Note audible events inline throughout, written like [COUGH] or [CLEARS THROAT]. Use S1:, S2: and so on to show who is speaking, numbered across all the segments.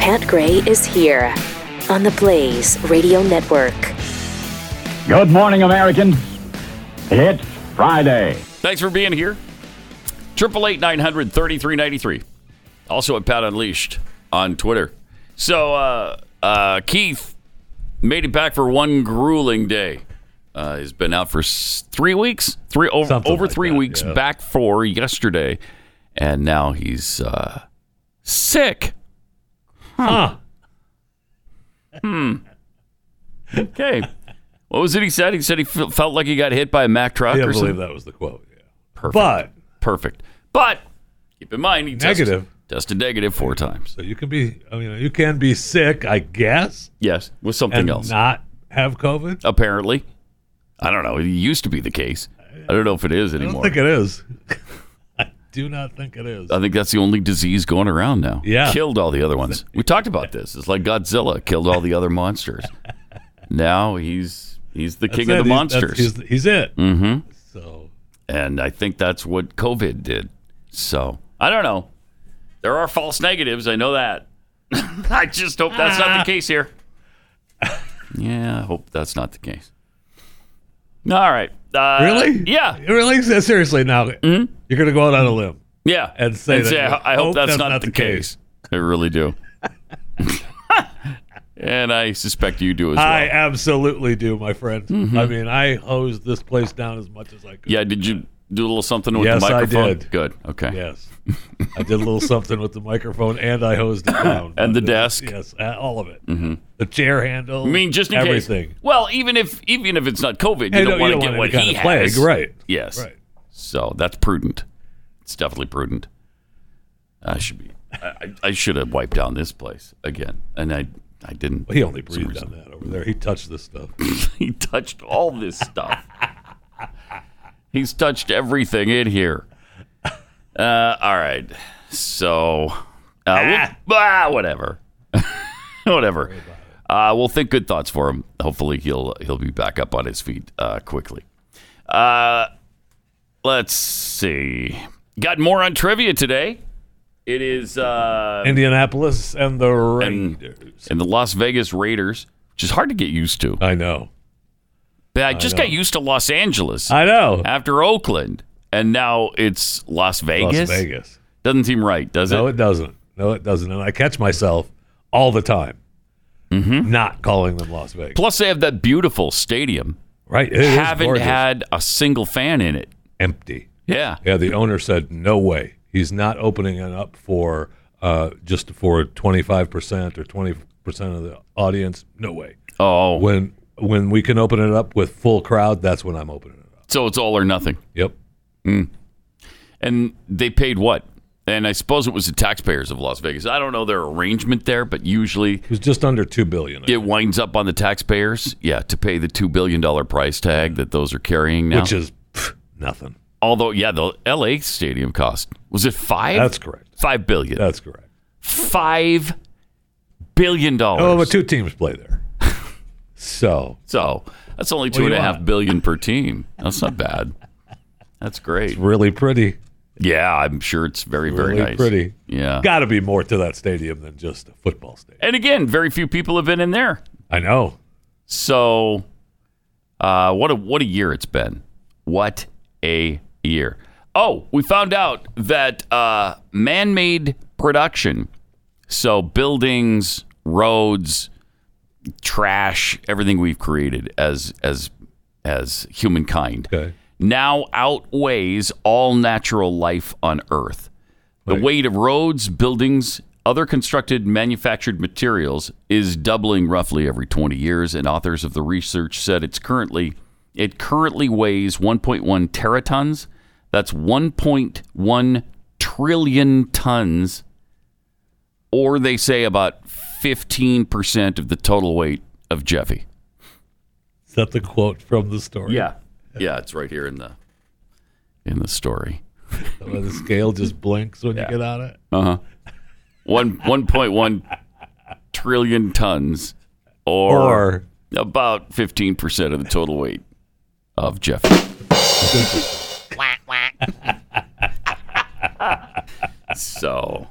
S1: Pat Gray is here on the Blaze Radio Network.
S2: Good morning, Americans. It's Friday.
S3: Thanks for being here. Triple eight nine hundred thirty three ninety three. Also at Pat Unleashed on Twitter. So uh, uh, Keith made it back for one grueling day. Uh, he's been out for s- three weeks, three over,
S4: Something
S3: over
S4: like
S3: three
S4: that,
S3: weeks.
S4: yeah.
S3: Back for yesterday, and now he's uh, sick.
S4: Huh.
S3: Okay. what was it he said? He said he f- felt like he got hit by a Mack truck
S4: I can't
S3: or something.
S4: believe that was the quote. Yeah.
S3: Perfect.
S4: But
S3: Perfect. But keep in mind, he tested-
S4: Negative.
S3: tested negative four times.
S4: so you can be, I mean, you can be sick, I guess,
S3: Yes, with something
S4: and
S3: else.
S4: not have COVID.
S3: apparently. I don't know. It used to be the case. I don't know if it is
S4: I don't
S3: anymore.
S4: think it is. [LAUGHS] I do not think it is.
S3: I think that's the only disease going around now.
S4: Yeah.
S3: Killed all the other ones. We talked about this. It's like Godzilla killed all the other
S4: [LAUGHS]
S3: monsters. Now he's he's the king
S4: That's
S3: of the
S4: it. He's- that's-
S3: monsters.
S4: He's, he's it.
S3: Mhm.
S4: So
S3: and I think that's what COVID did. So I don't know. There are false negatives. I know that. [LAUGHS] I just hope that's not
S4: Ah.
S3: the case here. [LAUGHS] yeah, I hope that's not the case. All right. Uh,
S4: really,
S3: Yeah.
S4: really. Seriously, now you're going to go out on a limb.
S3: Yeah,
S4: and say that you
S3: I I hope, that's, not, the, case.
S4: case.
S3: I really do. [LAUGHS] and I suspect you do as well.
S4: I absolutely do, my friend. I mean, I hosed this place down as much as I could.
S3: yeah, did you do a little something with
S4: Yes,
S3: the
S4: I
S3: microphone?
S4: did.
S3: Good. Okay.
S4: Yes. I did a little something with the microphone and I hosed it down.
S3: [LAUGHS] And the
S4: Uh,
S3: desk. Mm-hmm.
S4: Yes, uh, all of it. The chair handle.
S3: I mean, just in
S4: everything.
S3: case. Well, even if even if it's not COVID, you
S4: Hey,
S3: don't
S4: no,
S3: want to
S4: don't
S3: get
S4: want
S3: what
S4: any kind
S3: he
S4: of plague,
S3: has,
S4: Right.
S3: Yes.
S4: Right.
S3: So that's prudent. It's definitely prudent. I should be. I, I- I should have wiped down this place again, and I I didn't.
S4: Well, he only
S3: for some
S4: breathed
S3: reason.
S4: on that over there. He touched this stuff.
S3: [LAUGHS] He touched all this stuff. He's touched everything in here. Uh, all right. So, uh, we'll- ah, whatever. [LAUGHS] whatever. Uh, we'll think good thoughts for him. Hopefully, he'll he'll be back up on his feet uh, quickly. Uh, let's see. Got more on trivia today. It is uh,
S4: Indianapolis and the Raiders.
S3: in the Las Vegas Raiders, which is hard to get used to.
S4: I know.
S3: I just got used to Los Angeles.
S4: I know.
S3: after Oakland, and now it's Las
S4: Las
S3: Vegas.
S4: Vegas.
S3: Doesn't seem right, does
S4: No,
S3: it?
S4: it doesn't. No, it doesn't. And I catch myself all the time
S3: Mm-hmm.
S4: not calling them Las Vegas.
S3: Plus, they have that beautiful stadium.
S4: Right. It is
S3: Haven't
S4: gorgeous.
S3: had a single fan in it.
S4: empty.
S3: Yeah.
S4: Yeah, the owner said no way. He's not opening it up for uh, just for twenty five percent or twenty percent of the audience. No way.
S3: Oh,
S4: When when we can open it up with full crowd, that's when I'm opening it up.
S3: so it's all or nothing.
S4: Yep.
S3: And they paid what? And I suppose it was the taxpayers of Las Vegas. I don't know their arrangement there, but usually
S4: It was just under two billion,
S3: it winds up on the taxpayers. Yeah, to pay the two billion dollar price tag that those are carrying now.
S4: which is pff, nothing.
S3: Although, yeah, the L.A. stadium cost was it five?
S4: That's correct.
S3: five billion.
S4: That's correct.
S3: five billion dollars.
S4: Oh, but two teams play there. So
S3: So that's only
S4: do
S3: two and
S4: you
S3: a half
S4: want?
S3: billion per team. That's not bad. That's great.
S4: really pretty.
S3: Yeah, I'm sure it's very, very
S4: really
S3: nice.
S4: pretty.
S3: Yeah.
S4: Got to be more to that stadium than just a football stadium.
S3: And again, very few people have been in there.
S4: I know.
S3: So uh, what a what a year it's been. What a year. Oh, we found out that uh, man-made production, so buildings, roads, trash, everything we've created as as as humankind
S4: Okay.
S3: now outweighs all natural life on Earth. The weight of roads, buildings, other constructed manufactured materials is doubling roughly every 20 years, and authors of the research said it's currently it currently weighs 1.1 teratons. That's 1.1 trillion tons, or they say about 15% of the total weight of Jeffy.
S4: Is that the quote from the story?
S3: Yeah. Yeah, it's right here in the in the story.
S4: Where the scale [LAUGHS] just blinks when
S3: Yeah.
S4: you get on it.
S3: One one point one trillion tons or,
S4: Or
S3: about fifteen percent of the total weight of Jeffy. so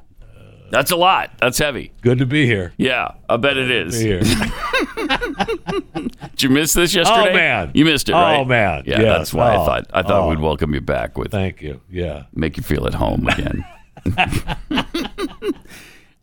S3: That's a lot. That's heavy.
S4: Good to be here.
S3: Yeah, I bet it is.
S4: [LAUGHS] Be here.
S3: Did you miss this yesterday?
S4: Oh, man.
S3: you missed it,
S4: Oh,
S3: right?
S4: man.
S3: yeah.
S4: Yes.
S3: That's why I
S4: Oh.
S3: thought I thought
S4: Oh.
S3: we'd welcome you back
S4: [LAUGHS]
S3: with
S4: Thank you. Yeah.
S3: make you feel at home again. [LAUGHS]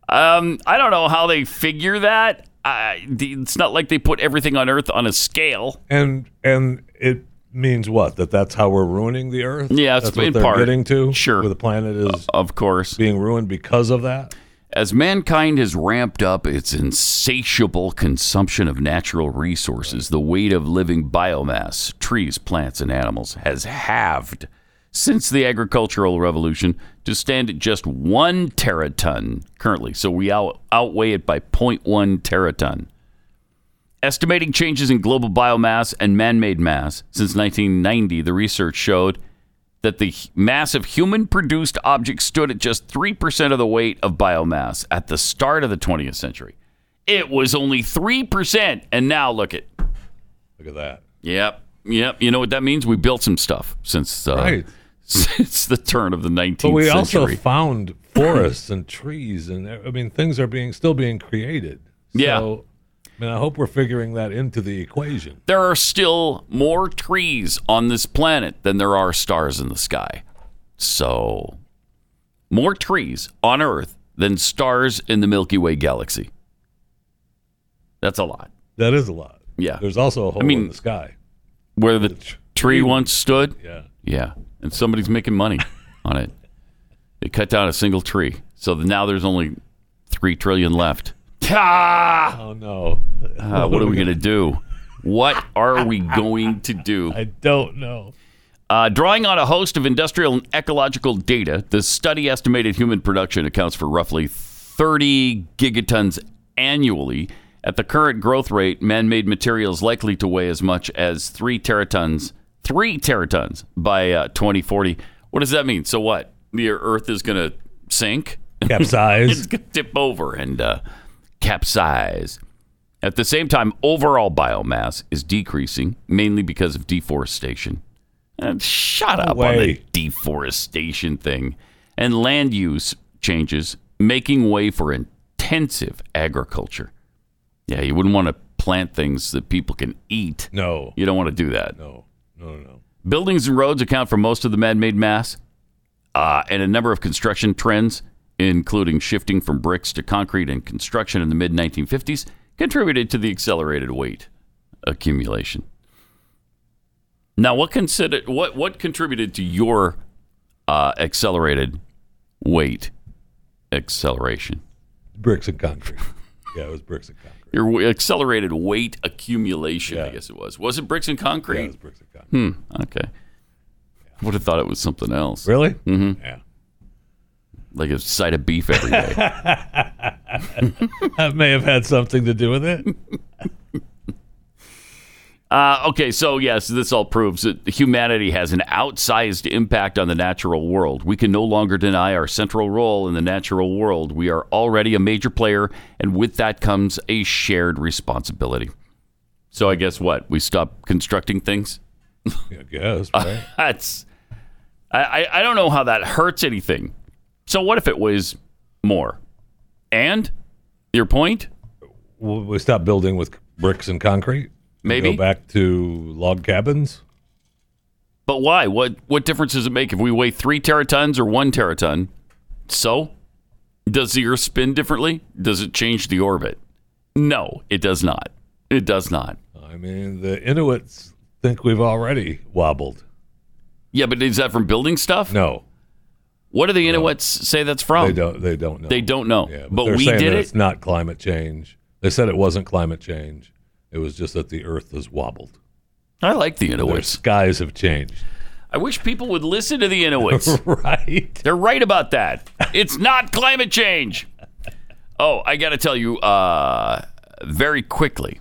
S3: um, I don't know how they figure that. I, the- it's not like they put everything on Earth on a scale.
S4: And and it means what? That that's how we're ruining the earth?
S3: Yeah, it's
S4: that's what
S3: in
S4: they're
S3: part.
S4: getting to.
S3: Sure.
S4: Where the planet is
S3: Of course.
S4: being ruined because of that.
S3: As mankind has ramped up its insatiable consumption of natural resources, the weight of living biomass, trees, plants, and animals, has halved since the agricultural revolution to stand at just one teraton currently. So we out- outweigh it by 0.1 teraton. Estimating changes in global biomass and man made mass since 1990, the research showed that the h- mass of human produced objects stood at just 3% of the weight of biomass at the start of the 20th century. It was only 3%. And now look at.
S4: Look at that.
S3: Yep. Yep. You know what that means? We built some stuff since uh,
S4: Right.
S3: [LAUGHS] since the turn of the 19th
S4: But we
S3: century.
S4: also [CLEARS THROAT] found forests and trees and I mean things are being still being created.
S3: Yeah.
S4: So I mean I hope we're figuring that into the equation.
S3: there are still more trees on this planet than there are stars in the sky. So, more trees on Earth than stars in the Milky Way galaxy. That's a lot.
S4: That is a lot.
S3: Yeah.
S4: There's also a hole
S3: mean-
S4: in the sky.
S3: Where the tree once stood,
S4: Yeah.
S3: yeah, and somebody's making money [LAUGHS] on it. They cut down a single tree, so now there's only three trillion left. Ah!
S4: Oh no.
S3: Uh, what are we gonna do? What are we going to do?
S4: I don't know.
S3: Uh, drawing on a host of industrial and ecological data, the study estimated human production accounts for roughly 30 gigatons annually. At the current growth rate, man made materials likely to weigh as much as three teratons, three teratons by uh, 2040. What does that mean? So, what? The Earth is going to sink?
S4: Capsize.
S3: It's going to tip over and uh, capsize. At the same time, overall biomass is decreasing, mainly because of deforestation. And shut up on the
S4: way.
S3: deforestation thing. And land use changes, making way for intensive agriculture. Yeah, you wouldn't want to plant things that people can eat.
S4: no.
S3: You don't want to do that.
S4: No. No, no, no.
S3: Buildings and roads account for most of the man made mass, uh, and a number of construction trends, including shifting from bricks to concrete and construction in the mid 1950s, contributed to the accelerated weight accumulation. Now, what consider what what contributed to your uh, accelerated weight acceleration?
S4: Bricks and concrete. Yeah, it was bricks and concrete.
S3: Your w- accelerated weight accumulation, I
S4: Yeah.
S3: guess it was. Was it bricks and
S4: Yeah, it
S3: concrete?
S4: was bricks and concrete.
S3: Hmm. Okay. Would have thought it was something else.
S4: Really? Mm-hmm. Yeah.
S3: like a side of beef every day.
S4: That may have had something to do with it.
S3: [LAUGHS] uh, okay, so yes, this all proves that humanity has an outsized impact on the natural world. We can no longer deny our central role in the natural world. We are already a major player, and with that comes a shared responsibility. So I guess what we stop constructing things.
S4: I guess,
S3: Uh.
S4: right?
S3: That's I, I- I don't know how that hurts anything. So what if it was more? And your point?
S4: Well, we stopped building with bricks and concrete. and
S3: Maybe.
S4: Go back to log cabins.
S3: But why? What what difference does it make if we weigh three teratons or one teraton? So, does the Earth spin differently? Does it change the orbit? No, it does not. It does not.
S4: I mean, the Inuits think we've already wobbled.
S3: Yeah, but is that from building stuff?
S4: No,
S3: What do the Inuits say that's from?
S4: they don't. They don't know.
S3: They don't know.
S4: Yeah,
S3: but
S4: they're
S3: we
S4: saying
S3: did
S4: that
S3: it.
S4: It's not climate change. They said it wasn't climate change. It was just that the Earth has wobbled.
S3: I like the
S4: Their
S3: Inuits.
S4: skies have changed.
S3: I wish people would listen to the
S4: [LAUGHS]
S3: Inuits. [LAUGHS]
S4: right.
S3: They're [LAUGHS] right about that. It's not climate change. Oh, I got to tell you uh, very quickly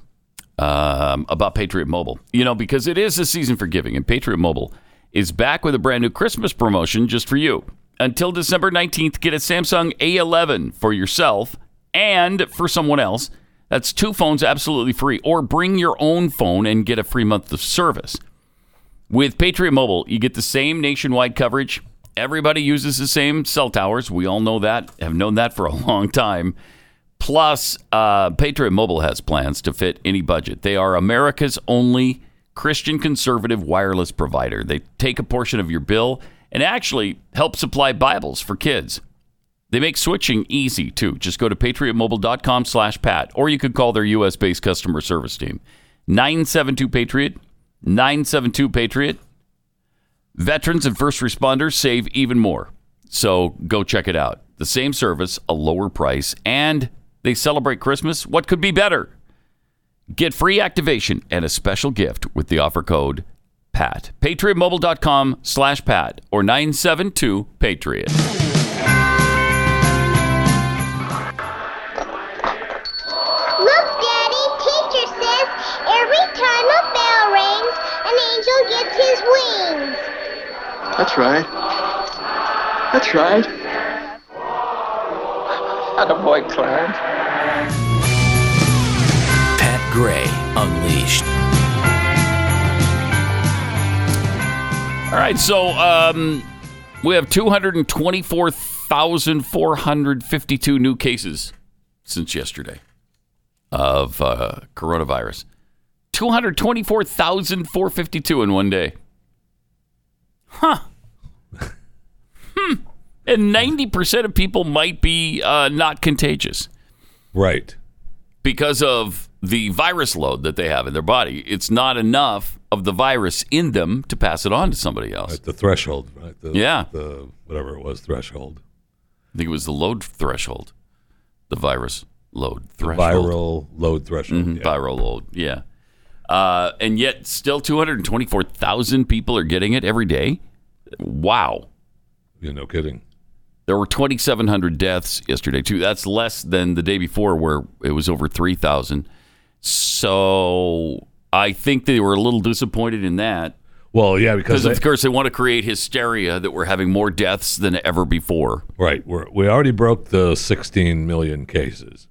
S3: um, about Patriot Mobile. You know, because it is the season for giving, and Patriot Mobile is back with a brand new Christmas promotion just for you. Until December 19th, get a Samsung A11 for yourself and for someone else. That's two phones absolutely free, or bring your own phone and get a free month of service. With Patriot Mobile, you get the same nationwide coverage Everybody uses the same cell towers. We all know that, have known that for a [LAUGHS] long time. Plus, uh, Patriot Mobile has plans to fit any budget. They are America's only Christian conservative wireless provider. They take a portion of your bill and actually help supply Bibles for kids. They make switching easy too. Just go to patriotmobile.com slash pat, or you could call their US based customer service team. 972 Patriot, 972 Patriot. Veterans and first responders save even more. So go check it out. The same service, a lower price, and they celebrate Christmas. What could be better? Get free activation and a special gift with the offer code PAT. PatriotMobile.com slash PAT or 972 Patriot.
S5: Look, Daddy, teacher says every time a bell rings, an angel gets his wings.
S6: That's right. That's right. Attaboy, Clarence.
S7: Pat Gray Unleashed.
S3: All right, so um, we have 224,452 new cases since yesterday of uh, coronavirus. 224,452 in one day. Huh. [LAUGHS] hmm. And 90% of people might be uh, not contagious
S4: Right.
S3: because of the virus load that they have in their body. It's not enough of the virus in them to pass it on to somebody else.
S4: At the threshold, right? The,
S3: Yeah.
S4: The whatever it was, threshold.
S3: I think it was the load threshold, the virus load threshold,
S4: Viral load threshold.
S3: Mhm,
S4: yeah.
S3: viral load. Yeah, uh, and yet still 224,000 people are getting it every day. Wow,
S4: Yeah, no kidding.
S3: there were 2,700 deaths yesterday too. That's less than the day before where it was over 3,000. So I think they were a little disappointed in that
S4: Well, yeah, because
S3: because of
S4: they-
S3: course they want to create hysteria that we're having more deaths than ever before.
S4: Right. We're, we already broke the 16 million cases,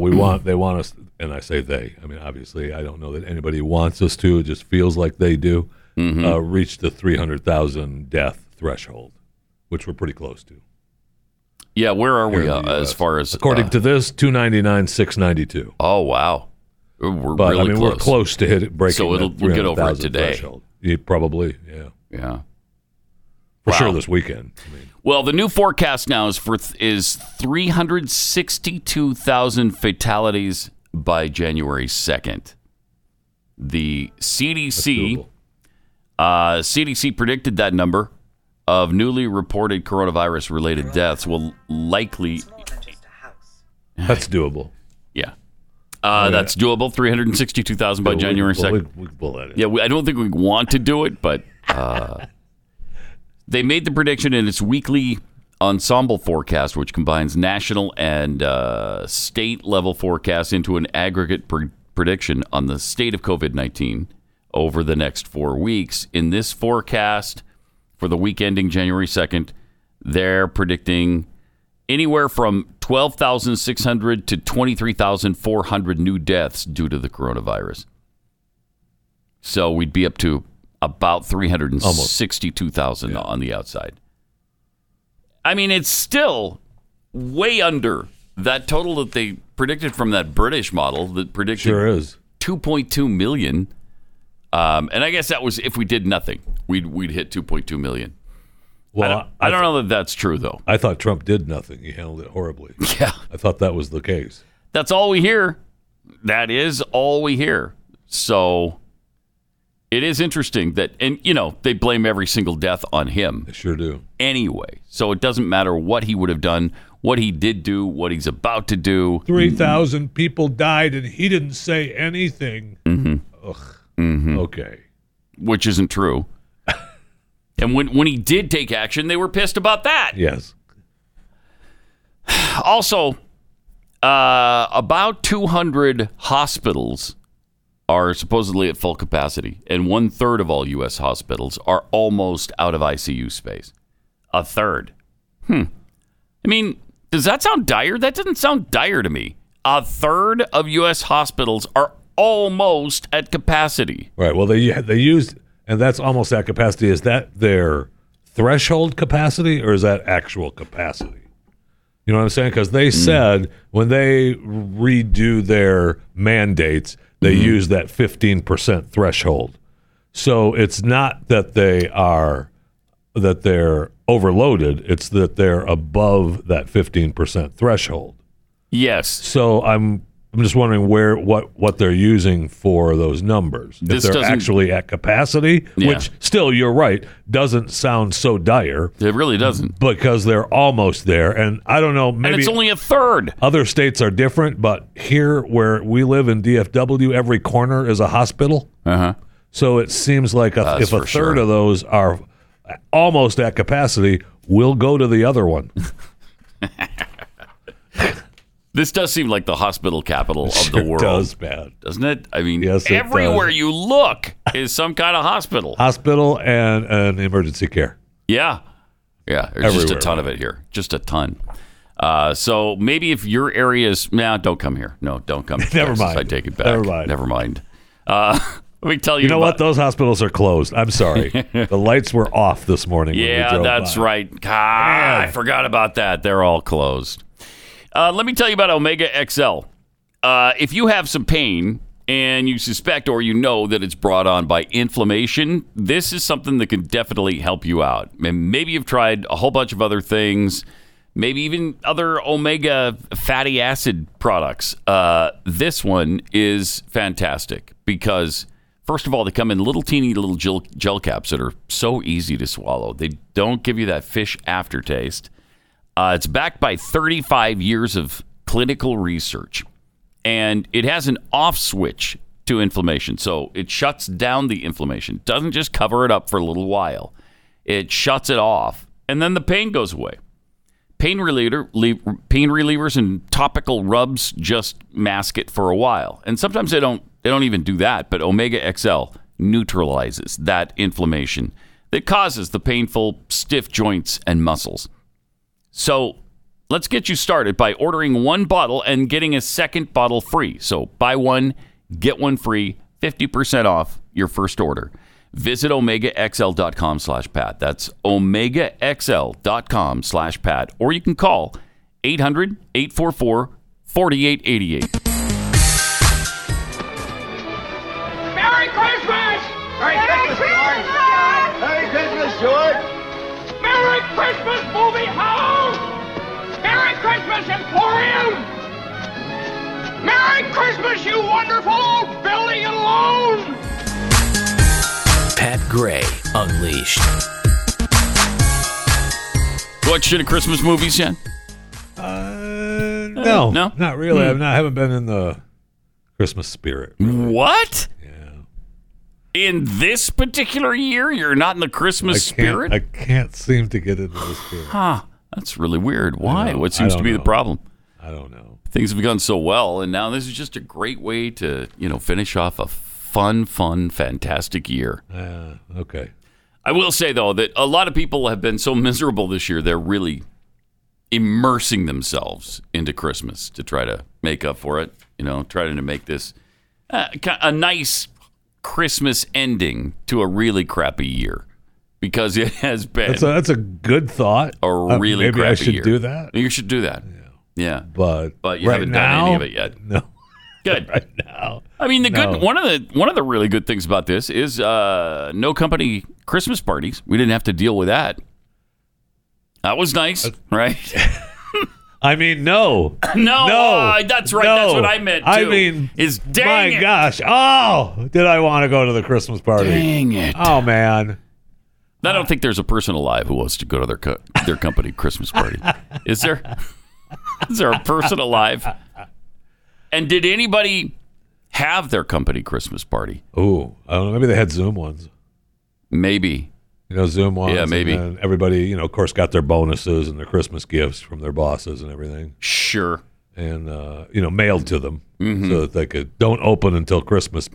S3: [CLEARS THROAT]
S4: we want they want us, and I say they. I mean, obviously, I don't know that anybody wants us to. It just feels like they do.
S3: Mm-hmm.
S4: Uh, reach the 300,000 death threshold, which we're pretty close to.
S3: Yeah, where are we
S4: Here
S3: uh,
S4: in the
S3: as
S4: US.
S3: far as
S4: according
S3: uh,
S4: to this 299 692.
S3: Oh wow, we're
S4: But
S3: really
S4: I mean,
S3: close.
S4: we're close to hit it breaking.
S3: So it'll-
S4: that
S3: we'll get over it
S4: 300,000
S3: today.
S4: Threshold. Yeah, probably, yeah,
S3: Yeah.
S4: for
S3: Wow.
S4: sure this weekend. I mean,
S3: Well, the new forecast now is for th- is three hundred sixty two thousand fatalities by January second. The
S4: that's
S3: CDC
S4: doable.
S3: uh, CDC predicted that number of newly reported coronavirus related deaths will likely
S4: That's doable.
S3: yeah.
S4: Oh,
S3: Uh, that's doable. Three hundred sixty-two thousand by
S4: We-
S3: January
S4: we-
S3: second.
S4: we- we can pull that in.
S3: Yeah, we, I don't think we want to do it, but uh, they made the prediction in its weekly ensemble forecast, which combines national and uh, state level forecasts into an aggregate pre- prediction on the state of COVID 19 over the next four weeks. In this forecast for the week ending January 2nd, they're predicting anywhere from 12,600 to 23,400 new deaths due to the coronavirus. So we'd be up to about 362,000
S4: Yeah.
S3: on the outside. I mean, it's still way under that total that they predicted from that British model that predicted
S4: Sure is.
S3: 2.2 million. Um, and I guess that was if we did nothing, we'd, we'd hit 2.2 million.
S4: Well,
S3: I don't, I don't know that that's true, though.
S4: I thought Trump did nothing. He handled it horribly.
S3: [LAUGHS] Yeah.
S4: I thought that was the case.
S3: That's all we hear. That is all we hear. So it is interesting that, and you know, they blame every single death on him
S4: They sure do.
S3: anyway. So it doesn't matter what he would have done, what he did do, what he's about to do.
S4: 3,000 people died and he didn't say anything. Mm-hmm. Ugh.
S3: Mm-hmm.
S4: Okay.
S3: which isn't true. [LAUGHS] and when, when he did take action, they were pissed about that.
S4: Yes.
S3: Also, uh, about 200 hospitals are supposedly at full capacity, and one third of all U.S. hospitals are almost out of ICU space. A third. Hmm. I mean, does that sound dire? That doesn't sound dire to me. A third of U.S. hospitals are almost at capacity.
S4: Right. Well, they they used, and that's almost at capacity. Is that their threshold capacity or is that actual capacity? You know what I'm saying? Because they said when they redo their mandates, they use that 15% threshold. So it's not that they are that they're overloaded; it's that they're above that 15% threshold.
S3: Yes.
S4: So I'm I'm just wondering where what what they're using for those numbers.
S3: This
S4: if they're
S3: doesn't-
S4: actually at capacity,
S3: Yeah.
S4: which still you're right, doesn't sound so dire
S3: It really doesn't.
S4: because they're almost there. And I don't know,
S3: And
S4: maybe
S3: it's only a third.
S4: other states are different, but here where we live in DFW, every corner is a hospital.
S3: Uh huh.
S4: So it seems like a,
S3: That's
S4: if a
S3: for
S4: third
S3: sure.
S4: of those are almost at capacity, we'll go to the other one.
S3: This does seem like the hospital capital of the
S4: [LAUGHS] Sure
S3: world,
S4: does bad.
S3: doesn't it? I mean,
S4: Yes, it does.
S3: everywhere you look is some kind of
S4: [LAUGHS]
S3: hospital.
S4: Hospital and, and emergency care.
S3: Yeah. Yeah. There's just a
S4: Everywhere.
S3: ton of it here. Just a ton. Uh, so maybe if your area is now, don't come here. No, don't come. to
S4: [LAUGHS] Never
S3: Texas.
S4: mind.
S3: I take it back.
S4: Never mind.
S3: Never mind. Uh, [LAUGHS] let me tell you.
S4: You know what?
S3: about-
S4: Those hospitals are closed.
S3: [LAUGHS]
S4: I'm sorry. the lights were off this morning. when we
S3: Yeah,
S4: drove
S3: that's
S4: by.
S3: right. God, I forgot about that. They're all closed. Uh, let me tell you about Omega XL. Uh, if you have some pain and you suspect or you know that it's brought on by inflammation, this is something that can definitely help you out. And maybe you've tried a whole bunch of other things, maybe even other omega fatty acid products. Uh, this one is fantastic because. First of all, they come in little teeny little gel, gel caps that are so easy to swallow. They don't give you that fish aftertaste. Uh, it's backed by 35 years of clinical research, and it has an off switch to inflammation. So it shuts down the inflammation, doesn't just cover it up for a little while, it shuts it off, and then the pain goes away. Pain, reliever, le- pain relievers and topical rubs just mask it for a while, and sometimes they don't. They don't even do that. But Omega XL neutralizes that inflammation that causes the painful stiff joints and muscles. So let's get you started by ordering one bottle and getting a second bottle free. So buy one, get one free, 50% off your first order. Visit omegaxl.com slash Pat. That's omegaxl.com slash Pat. Or you can call 800 844 4888.
S8: Merry Christmas! Merry, Christmas, George! Merry Christmas, George! Merry Christmas, movie house! Merry Christmas, Emporium! Merry Christmas, you wonderful old building alone!
S7: Pat Gray Unleashed.
S3: Watch any Christmas movies yet?
S4: Uh, no,
S3: no? Hmm.
S4: not really. I'm not. I haven't been in the Christmas spirit.
S3: What? In this particular year, you're not in the
S4: I
S3: Christmas
S4: can't,
S3: spirit?
S4: I can't seem to get into the spirit.
S3: That's really weird. Why?
S4: know.
S3: What
S4: I
S3: seems to
S4: don't
S3: be the
S4: know.
S3: problem?
S4: I don't know.
S3: things have gone so well, and now this is just a great way to you know finish off a fun, fun, fantastic year.
S4: Uh, okay.
S3: I will say though that a lot of people have been so miserable this year; they're really immersing themselves into Christmas to try to make up for it. You know, trying to make this uh, ki- a nice Christmas ending to a really crappy year because it has been
S4: That's a, that's a good thought.
S3: a
S4: Uh,
S3: really
S4: maybe
S3: crappy
S4: I should
S3: year.
S4: do that.
S3: You should do that. Yeah.
S4: But
S3: But you
S4: right
S3: haven't
S4: now,
S3: done any of it yet.
S4: [LAUGHS] No,
S3: Good.
S4: right now.
S3: I mean, the
S4: No.
S3: good one of the one of the really good things about this is uh, no company Christmas parties. We didn't have to deal with that. That was
S4: Uh,
S3: nice, right?
S4: [LAUGHS] I mean, no,
S3: no,
S4: no.
S3: uh, that's right. That's
S4: no.
S3: what I meant. Too,
S4: I mean,
S3: is
S4: my
S3: dang it,
S4: gosh! Oh, did I want to go to the Christmas party?
S3: dang it.
S4: Oh man,
S3: I don't think there's a person alive who wants to go to their co- their company Christmas
S4: [LAUGHS]
S3: party. Is there? Is there a person alive? And did anybody have their company Christmas party?
S4: ooh, I don't know. Maybe they had Zoom ones.
S3: Maybe.
S4: You know, Zoom ones.
S3: Yeah,
S4: and
S3: maybe.
S4: then everybody, you know, of course, got their bonuses and their Christmas gifts from their bosses and everything,
S3: Sure.
S4: and uh, you know, mailed to them
S3: Mm-hmm.
S4: so that they could don't open until Christmas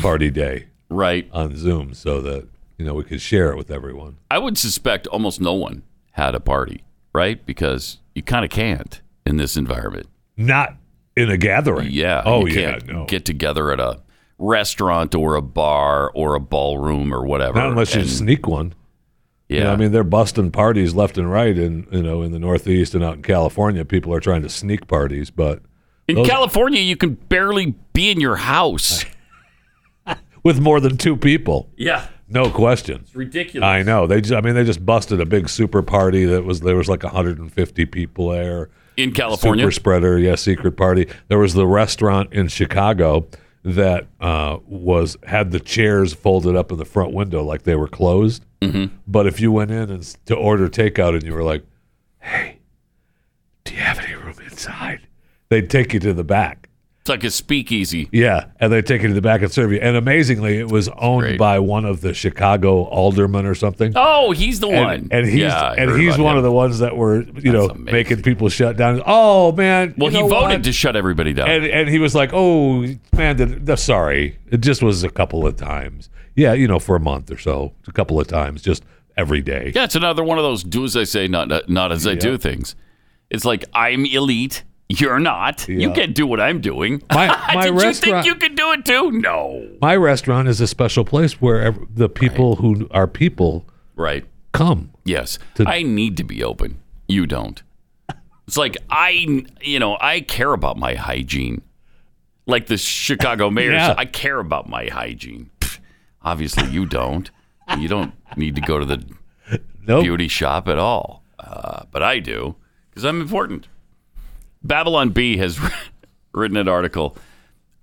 S4: party day
S3: Right.
S4: on Zoom, so that you know we could share it with everyone.
S3: I would suspect almost no one had a party, right? Because you kind of can't in this environment.
S4: Not in a gathering.
S3: Yeah.
S4: Oh
S3: you
S4: yeah.
S3: Can't
S4: No.
S3: Get together at a restaurant or a bar or a ballroom or whatever.
S4: Not unless you
S3: And-
S4: sneak one.
S3: Yeah.
S4: You know, I mean, they're busting parties left and right in you know in the Northeast and out in California. People are trying to sneak parties, but
S3: in
S4: those-
S3: California, you can barely be in your house.
S4: with more than two people,
S3: Yeah.
S4: no question.
S3: Ridiculous.
S4: I know they. Just, I mean, they just busted a big super party that was there was like 150 people there.
S3: In California.
S4: Super spreader, yeah, secret party. There was the restaurant in Chicago that uh, was had the chairs folded up in the front window like they were closed. Mm-hmm. But if you went in and s- to order takeout and you were like, "Hey, do you have any room inside?" They'd take you to the back.
S3: it's like a speakeasy.
S4: Yeah, and they take you to the back and serve you. And amazingly, it was owned
S3: great.
S4: by one of the Chicago aldermen or something
S3: Oh, he's the one.
S4: and, and he's
S3: Yeah, I
S4: and
S3: heard
S4: he's
S3: about
S4: one
S3: him.
S4: of the ones that were you know
S3: amazing.
S4: making people shut down. Oh man!
S3: Well,
S4: you
S3: he
S4: know
S3: voted
S4: what?
S3: to shut everybody down.
S4: and and he was like, oh man, did, no, sorry, it just was a couple of times. Yeah, you know, for a month or so, a couple of times, just every day.
S3: yeah, it's another one of those do as I say, not not, not as I do things. It's like I'm elite. You're not. You
S4: Yeah.
S3: can't do what I'm doing. [LAUGHS]
S4: My- my
S3: Did
S4: restaurant-
S3: you think you could do it too? No.
S4: My restaurant is a special place where ev- the people who are people
S3: Right.
S4: come.
S3: Yes.
S4: To-
S3: I need to be open. You don't. It's like I, you know, I care about my hygiene. Like the
S4: [LAUGHS]
S3: Chicago mayor,
S4: Yeah.
S3: said, I care about my hygiene. Pfft, Obviously, you don't. You don't need to go to the
S4: No,
S3: beauty shop at all, uh, but I do because I'm important. Babylon B has [LAUGHS] written an article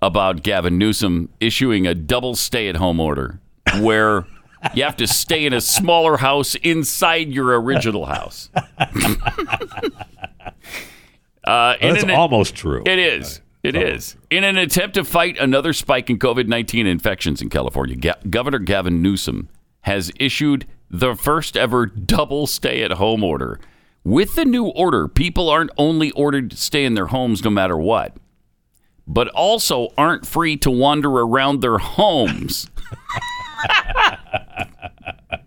S3: about Gavin Newsom issuing a double stay at home order where you have to stay in a smaller house inside your original house. [LAUGHS] uh, in
S4: that's
S3: an-
S4: almost true.
S3: it is. It is. In an attempt to fight another spike in COVID 19 infections in California, Ga- Governor Gavin Newsom has issued the first ever double stay at home order. With the new order, people aren't only ordered to stay in their homes no matter what, but also aren't free to wander around their homes. [LAUGHS]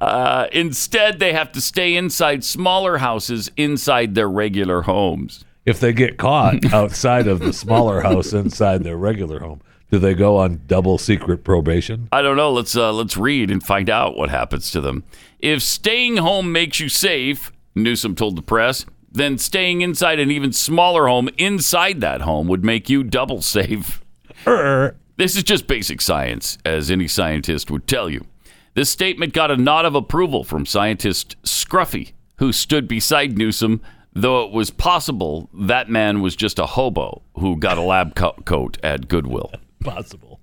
S3: Uh, instead, they have to stay inside smaller houses inside their regular homes.
S4: If they
S3: [LAUGHS]
S4: get caught outside of the smaller house inside their regular home, do they go on double secret probation?
S3: I don't know. Let's uh, let's read and find out what happens to them. If staying home makes you safe, Newsom told the press, then staying inside an even smaller home inside that home would make you double safe. This is just basic science, as any scientist would tell you. This statement got a nod of approval from scientist Scruffy, who stood beside Newsom, though it was possible that man was just a hobo who got a lab co- coat at Goodwill.
S4: Possible.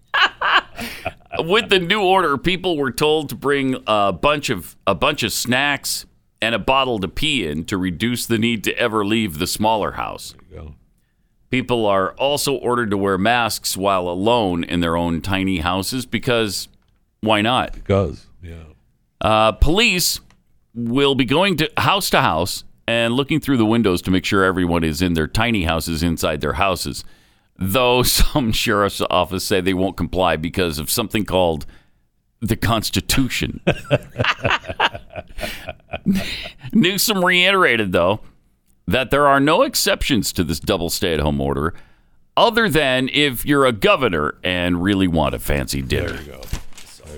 S3: With the new order, people were told to bring a bunch of a bunch of snacks and a bottle to pee in to reduce the need to ever leave the smaller house.
S4: go.
S3: People are also ordered to wear masks while alone in their own tiny houses because why not?
S4: Because yeah.
S3: Uh, police will be going to house to house and looking through the windows to make sure everyone is in their tiny houses inside their houses. Though [LAUGHS] some sheriff's office say they won't comply because of something called the Constitution. [LAUGHS] Newsom reiterated, though, that there are no exceptions to this double stay at home order other than if you're a governor and really want a fancy dinner. There you go.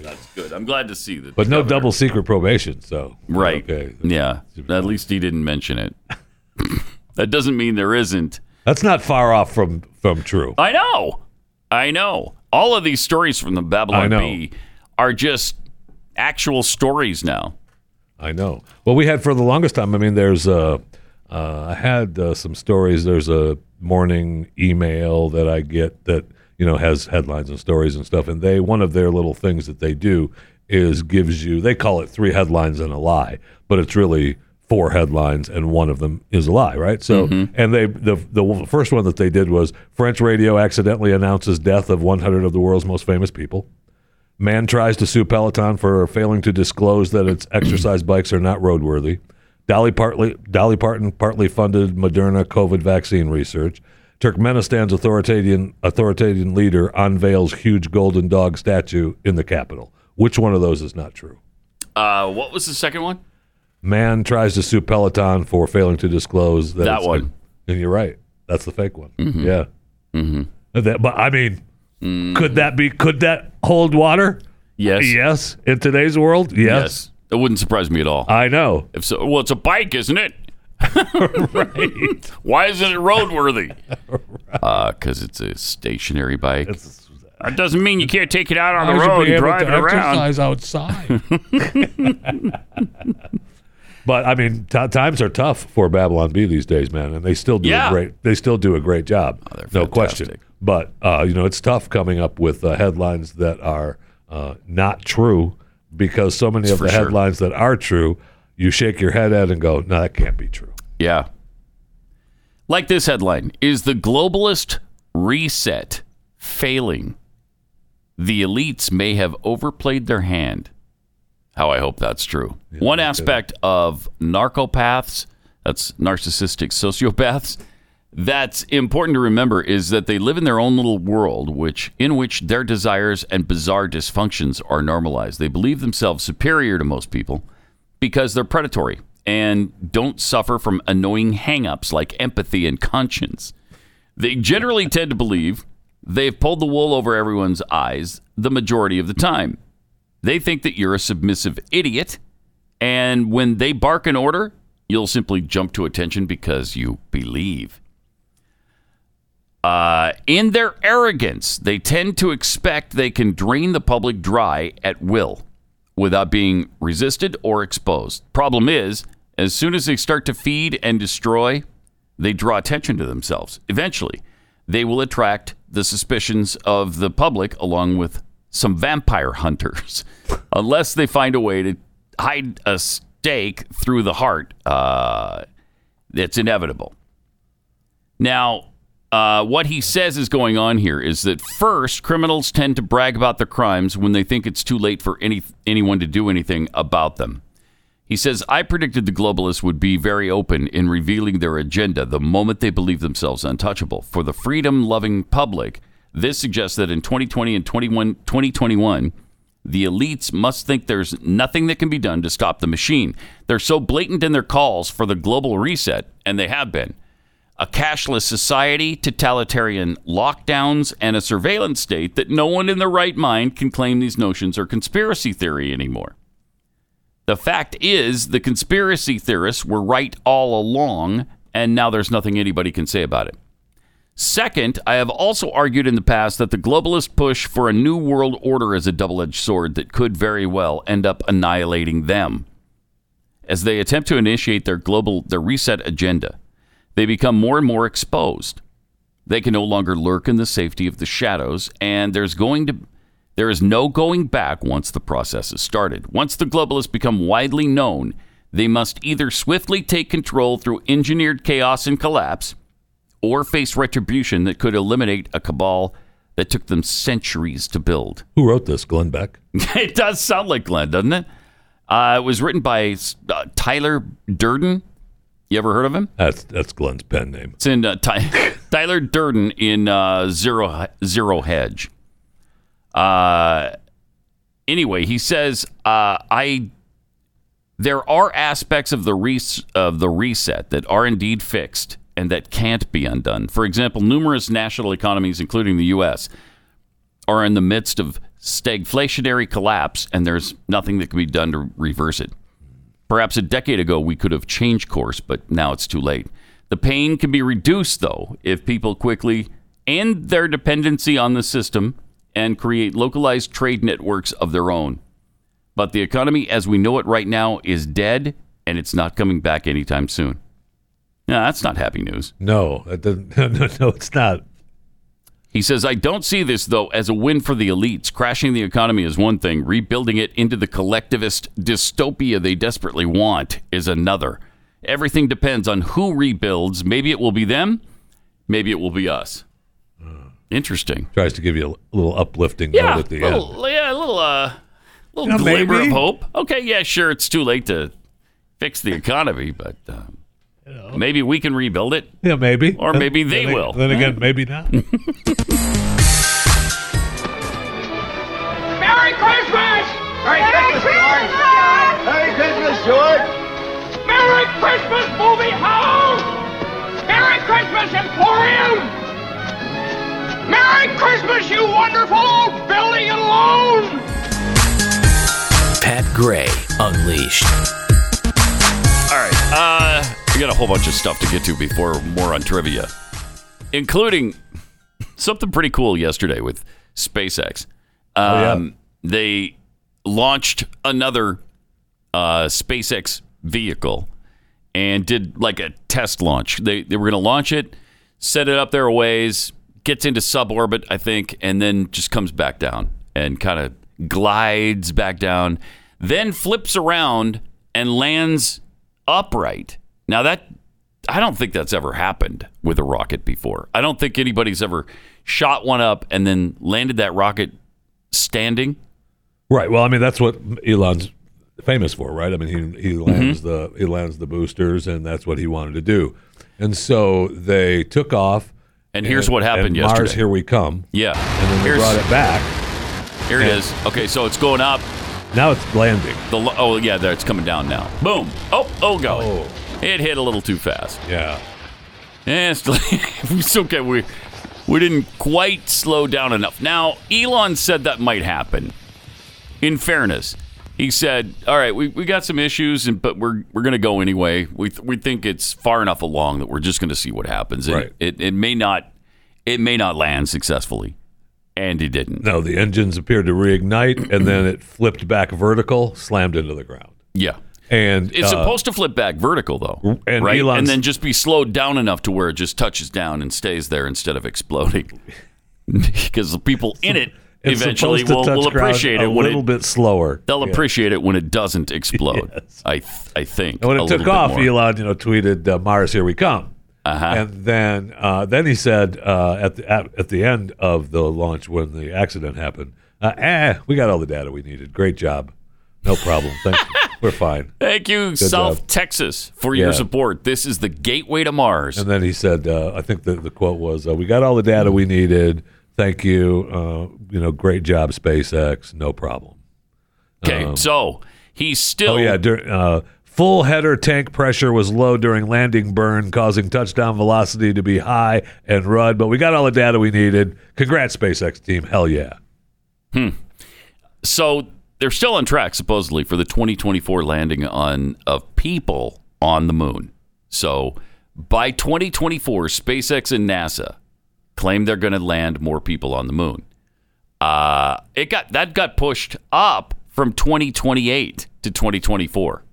S3: that's good. I'm glad to see that.
S4: But no double secret probation, so
S3: Right.
S4: Okay.
S3: Yeah. At least he didn't mention it. [LAUGHS] that doesn't mean there isn't.
S4: That's not far off from from true.
S3: I know. I know. All of these stories from the
S4: I
S3: Babylon
S4: know.
S3: Bee are just actual stories now.
S4: I know. Well, we had for the longest time. I mean, there's uh, uh, I had uh, some stories. There's a morning email that I get that you know has headlines and stories and stuff. And they one of their little things that they do is gives you they call it three headlines and a lie, but it's really four headlines and one of them is a lie, right? So and they the the first one that they did was French radio accidentally announces death of 100 of the world's most famous people. Man tries to sue Peloton for failing to disclose that its exercise bikes are not roadworthy. Dolly, partly, Dolly Parton partly funded Moderna COVID vaccine research. Turkmenistan's authoritarian, authoritarian leader unveils huge golden dog statue in the capital. Which one of those is not true?
S3: Uh, what was the second one?
S4: Man tries to sue Peloton for failing to disclose that.
S3: That
S4: it's-
S3: one.
S4: and you're right. That's the fake one. Yeah. Mm-hmm. That, but I mean,
S3: Mm.
S4: could that be? Could that hold water?
S3: Yes.
S4: Yes. In today's world, yes.
S3: Yes. It wouldn't surprise me at all.
S4: I know.
S3: if so, well, it's a bike, isn't
S4: [LAUGHS]
S3: it? right. [LAUGHS] Why isn't it
S4: [LAUGHS]
S3: roadworthy? Because it's a stationary bike.
S4: It's,
S3: That doesn't mean you can't take it out on
S4: I
S3: the
S4: should
S3: road and
S4: be able
S3: drive
S4: to
S3: it around.
S4: exercise
S3: [LAUGHS]
S4: outside. but I mean, t- times are tough for Babylon B these days, man, and they still do
S3: Yeah. Oh,
S4: a great. They still do a great job, no
S3: fantastic.
S4: question. But uh, you know, it's tough coming up with uh, headlines that are uh, not true because so many of
S3: for
S4: the
S3: sure.
S4: headlines that are true, you shake your head at and go, "No, that can't be true."
S3: Yeah. Like this headline Is the globalist reset failing? The elites may have overplayed their hand. How I hope that's true. One aspect of narcopaths, that's narcissistic sociopaths, that's important to remember is that they live in their own little world which in which their desires and bizarre dysfunctions are normalized. They believe themselves superior to most people because they're predatory and don't suffer from annoying hang-ups like empathy and conscience. They generally tend to believe they've pulled the wool over everyone's eyes the majority of the time. They think that you're a submissive idiot, and when they bark an order, you'll simply jump to attention because you believe. Uh, in their arrogance, they tend to expect they can drain the public dry at will without being resisted or exposed. Problem is, as soon as they start to feed and destroy, they draw attention to themselves. Eventually, they will attract the suspicions of the public along with some vampire hunters, [LAUGHS] unless they find a way to hide a stake through the heart. Uh, it's inevitable. Now, uh, what he says is going on here is that first, criminals tend to brag about their crimes when they think it's too late for any anyone to do anything about them. He says, I predicted the globalists would be very open in revealing their agenda the moment they believe themselves untouchable. For the freedom loving public, this suggests that in 2020 and 21, 2021, the elites must think there's nothing that can be done to stop the machine. They're so blatant in their calls for the global reset, and they have been a cashless society, totalitarian lockdowns, and a surveillance state that no one in their right mind can claim these notions are conspiracy theory anymore. The fact is, the conspiracy theorists were right all along, and now there's nothing anybody can say about it. Second, I have also argued in the past that the globalist push for a new world order is a double edged sword that could very well end up annihilating them as they attempt to initiate their global their reset agenda they become more and more exposed. They can no longer lurk in the safety of the shadows, and there's going to there is no going back once the process is started. Once the globalists become widely known, they must either swiftly take control through engineered chaos and collapse, or face retribution that could eliminate a cabal that took them centuries to build. [LAUGHS]
S4: Who wrote this, Glenn Beck?
S3: it does sound like Glenn, doesn't it? Uh, it was written by uh, Tyler Durden. You ever heard of him?
S4: That's that's Glenn's pen name.
S3: It's in uh, Ty- [LAUGHS] Tyler Durden in uh, Zero Zero Hedge. Uh, anyway, he says uh, I there are aspects of the res- of the reset that are indeed fixed and that can't be undone. For example, numerous national economies, including the U.S., are in the midst of stagflationary collapse, and there's nothing that can be done to reverse it. Perhaps a decade ago, we could have changed course, but now it's too late. The pain can be reduced, though, if people quickly end their dependency on the system and create localized trade networks of their own. But the economy as we know it right now is dead, and it's not coming back anytime soon. Now, that's not happy news.
S4: No, that doesn't. [LAUGHS] No, no, no, it's not.
S3: He says, I don't see this, though, as a win for the elites. Crashing the economy is one thing, rebuilding it into the collectivist dystopia they desperately want is another. Everything depends on who rebuilds. Maybe it will be them, maybe it will be us. Interesting.
S4: Tries to give you a little uplifting
S3: Yeah,
S4: note Hmm. at the end.
S3: little, yeah, a little, uh, little
S4: Yeah,
S3: glimmer
S4: maybe.
S3: of hope. Okay, yeah, sure, it's too late to fix
S4: [LAUGHS]
S3: the economy, but um, maybe we can rebuild it.
S4: Yeah, maybe.
S3: Or
S4: Then-
S3: maybe they
S4: then, ag-
S3: will.
S4: Then again, maybe not.
S8: Merry Christmas! Merry,
S2: Merry Christmas, George!
S8: Merry Christmas, movie house! Merry Christmas, Emporium! Merry Christmas, you wonderful old building and loan!
S7: Pat Gray Unleashed.
S3: All right. Uh, we got a whole bunch of stuff to get to before more on trivia, including something pretty cool yesterday with SpaceX. Um,
S4: yeah.
S3: They launched another uh, SpaceX vehicle and did like a test launch. They, they were going to launch it, set it up there a ways, gets into suborbit, I think, and then just comes back down and kind of glides back down, then flips around and lands upright. Now, that I don't think that's ever happened with a rocket before. I don't think anybody's ever shot one up and then landed that rocket standing.
S4: Right. Well, I mean that's what Elon's famous for, right? I mean he he lands the he lands the boosters, and that's what he wanted to do. And so they took off.
S3: And here's what happened
S4: and
S3: yesterday.
S4: Mars, here we come.
S3: Yeah.
S4: And then we
S3: Here's-
S4: brought it back.
S3: Here it is. Okay, so it's going up.
S4: Now it's landing.
S3: The lo- oh yeah, there it's coming down now. Boom. Oh oh golly, it hit a little too fast.
S4: Yeah.
S3: Eh, it's, [LAUGHS] it's okay. We we didn't quite slow down enough. Now Elon said that might happen. In fairness, he said, "All right, we, we got some issues, and but we're we're gonna go anyway. We th- we think it's far enough along that we're just gonna see what happens. And
S4: Right.
S3: It it may not it may not land successfully, and it didn't.
S4: No, the engines appeared to reignite, and then it flipped back vertical, slammed into the ground.
S3: Yeah."
S4: And
S3: It's
S4: uh,
S3: supposed to flip back vertical, though,
S4: and
S3: right?
S4: Elon's-
S3: and then just be slowed down enough to where it just touches down and stays there instead of exploding, [LAUGHS] because the people in it
S4: it's
S3: eventually
S4: supposed to
S3: will,
S4: touch
S3: will
S4: ground
S3: appreciate it
S4: a
S3: when
S4: little
S3: it,
S4: bit slower.
S3: they'll appreciate it when it
S4: [LAUGHS]
S3: doesn't explode. I th- I think.
S4: And when
S3: a
S4: it
S3: little
S4: took
S3: bit
S4: off,
S3: more. Uh-huh.
S4: Elon, you know, tweeted uh, Mars, here we come. And then, uh, then he said uh, at the at, at the end of the launch when the accident happened, uh, eh, we got all the data we needed. Great job, no problem.
S3: [LAUGHS]
S4: Thanks, we're fine.
S3: Thank you, South
S4: job.
S3: Texas, for
S4: Yeah.
S3: your support. This is the gateway to Mars.
S4: And then he said, uh, I think the, the quote was, uh, "We got all the data we needed. Thank you. Uh, you know, great job, SpaceX. No problem."
S3: okay, so he's still
S4: um, Oh yeah, dur- uh, full header tank pressure was low during landing burn, causing touchdown velocity to be high and rud. But we got all the data we needed. Congrats, SpaceX team. Hell yeah.
S3: so they're still on track supposedly for the 2024 landing on of people on the moon. So by 2024, SpaceX and NASA claim they're going to land more people on the moon. Uh, it got that got pushed up from 2028 to 2024.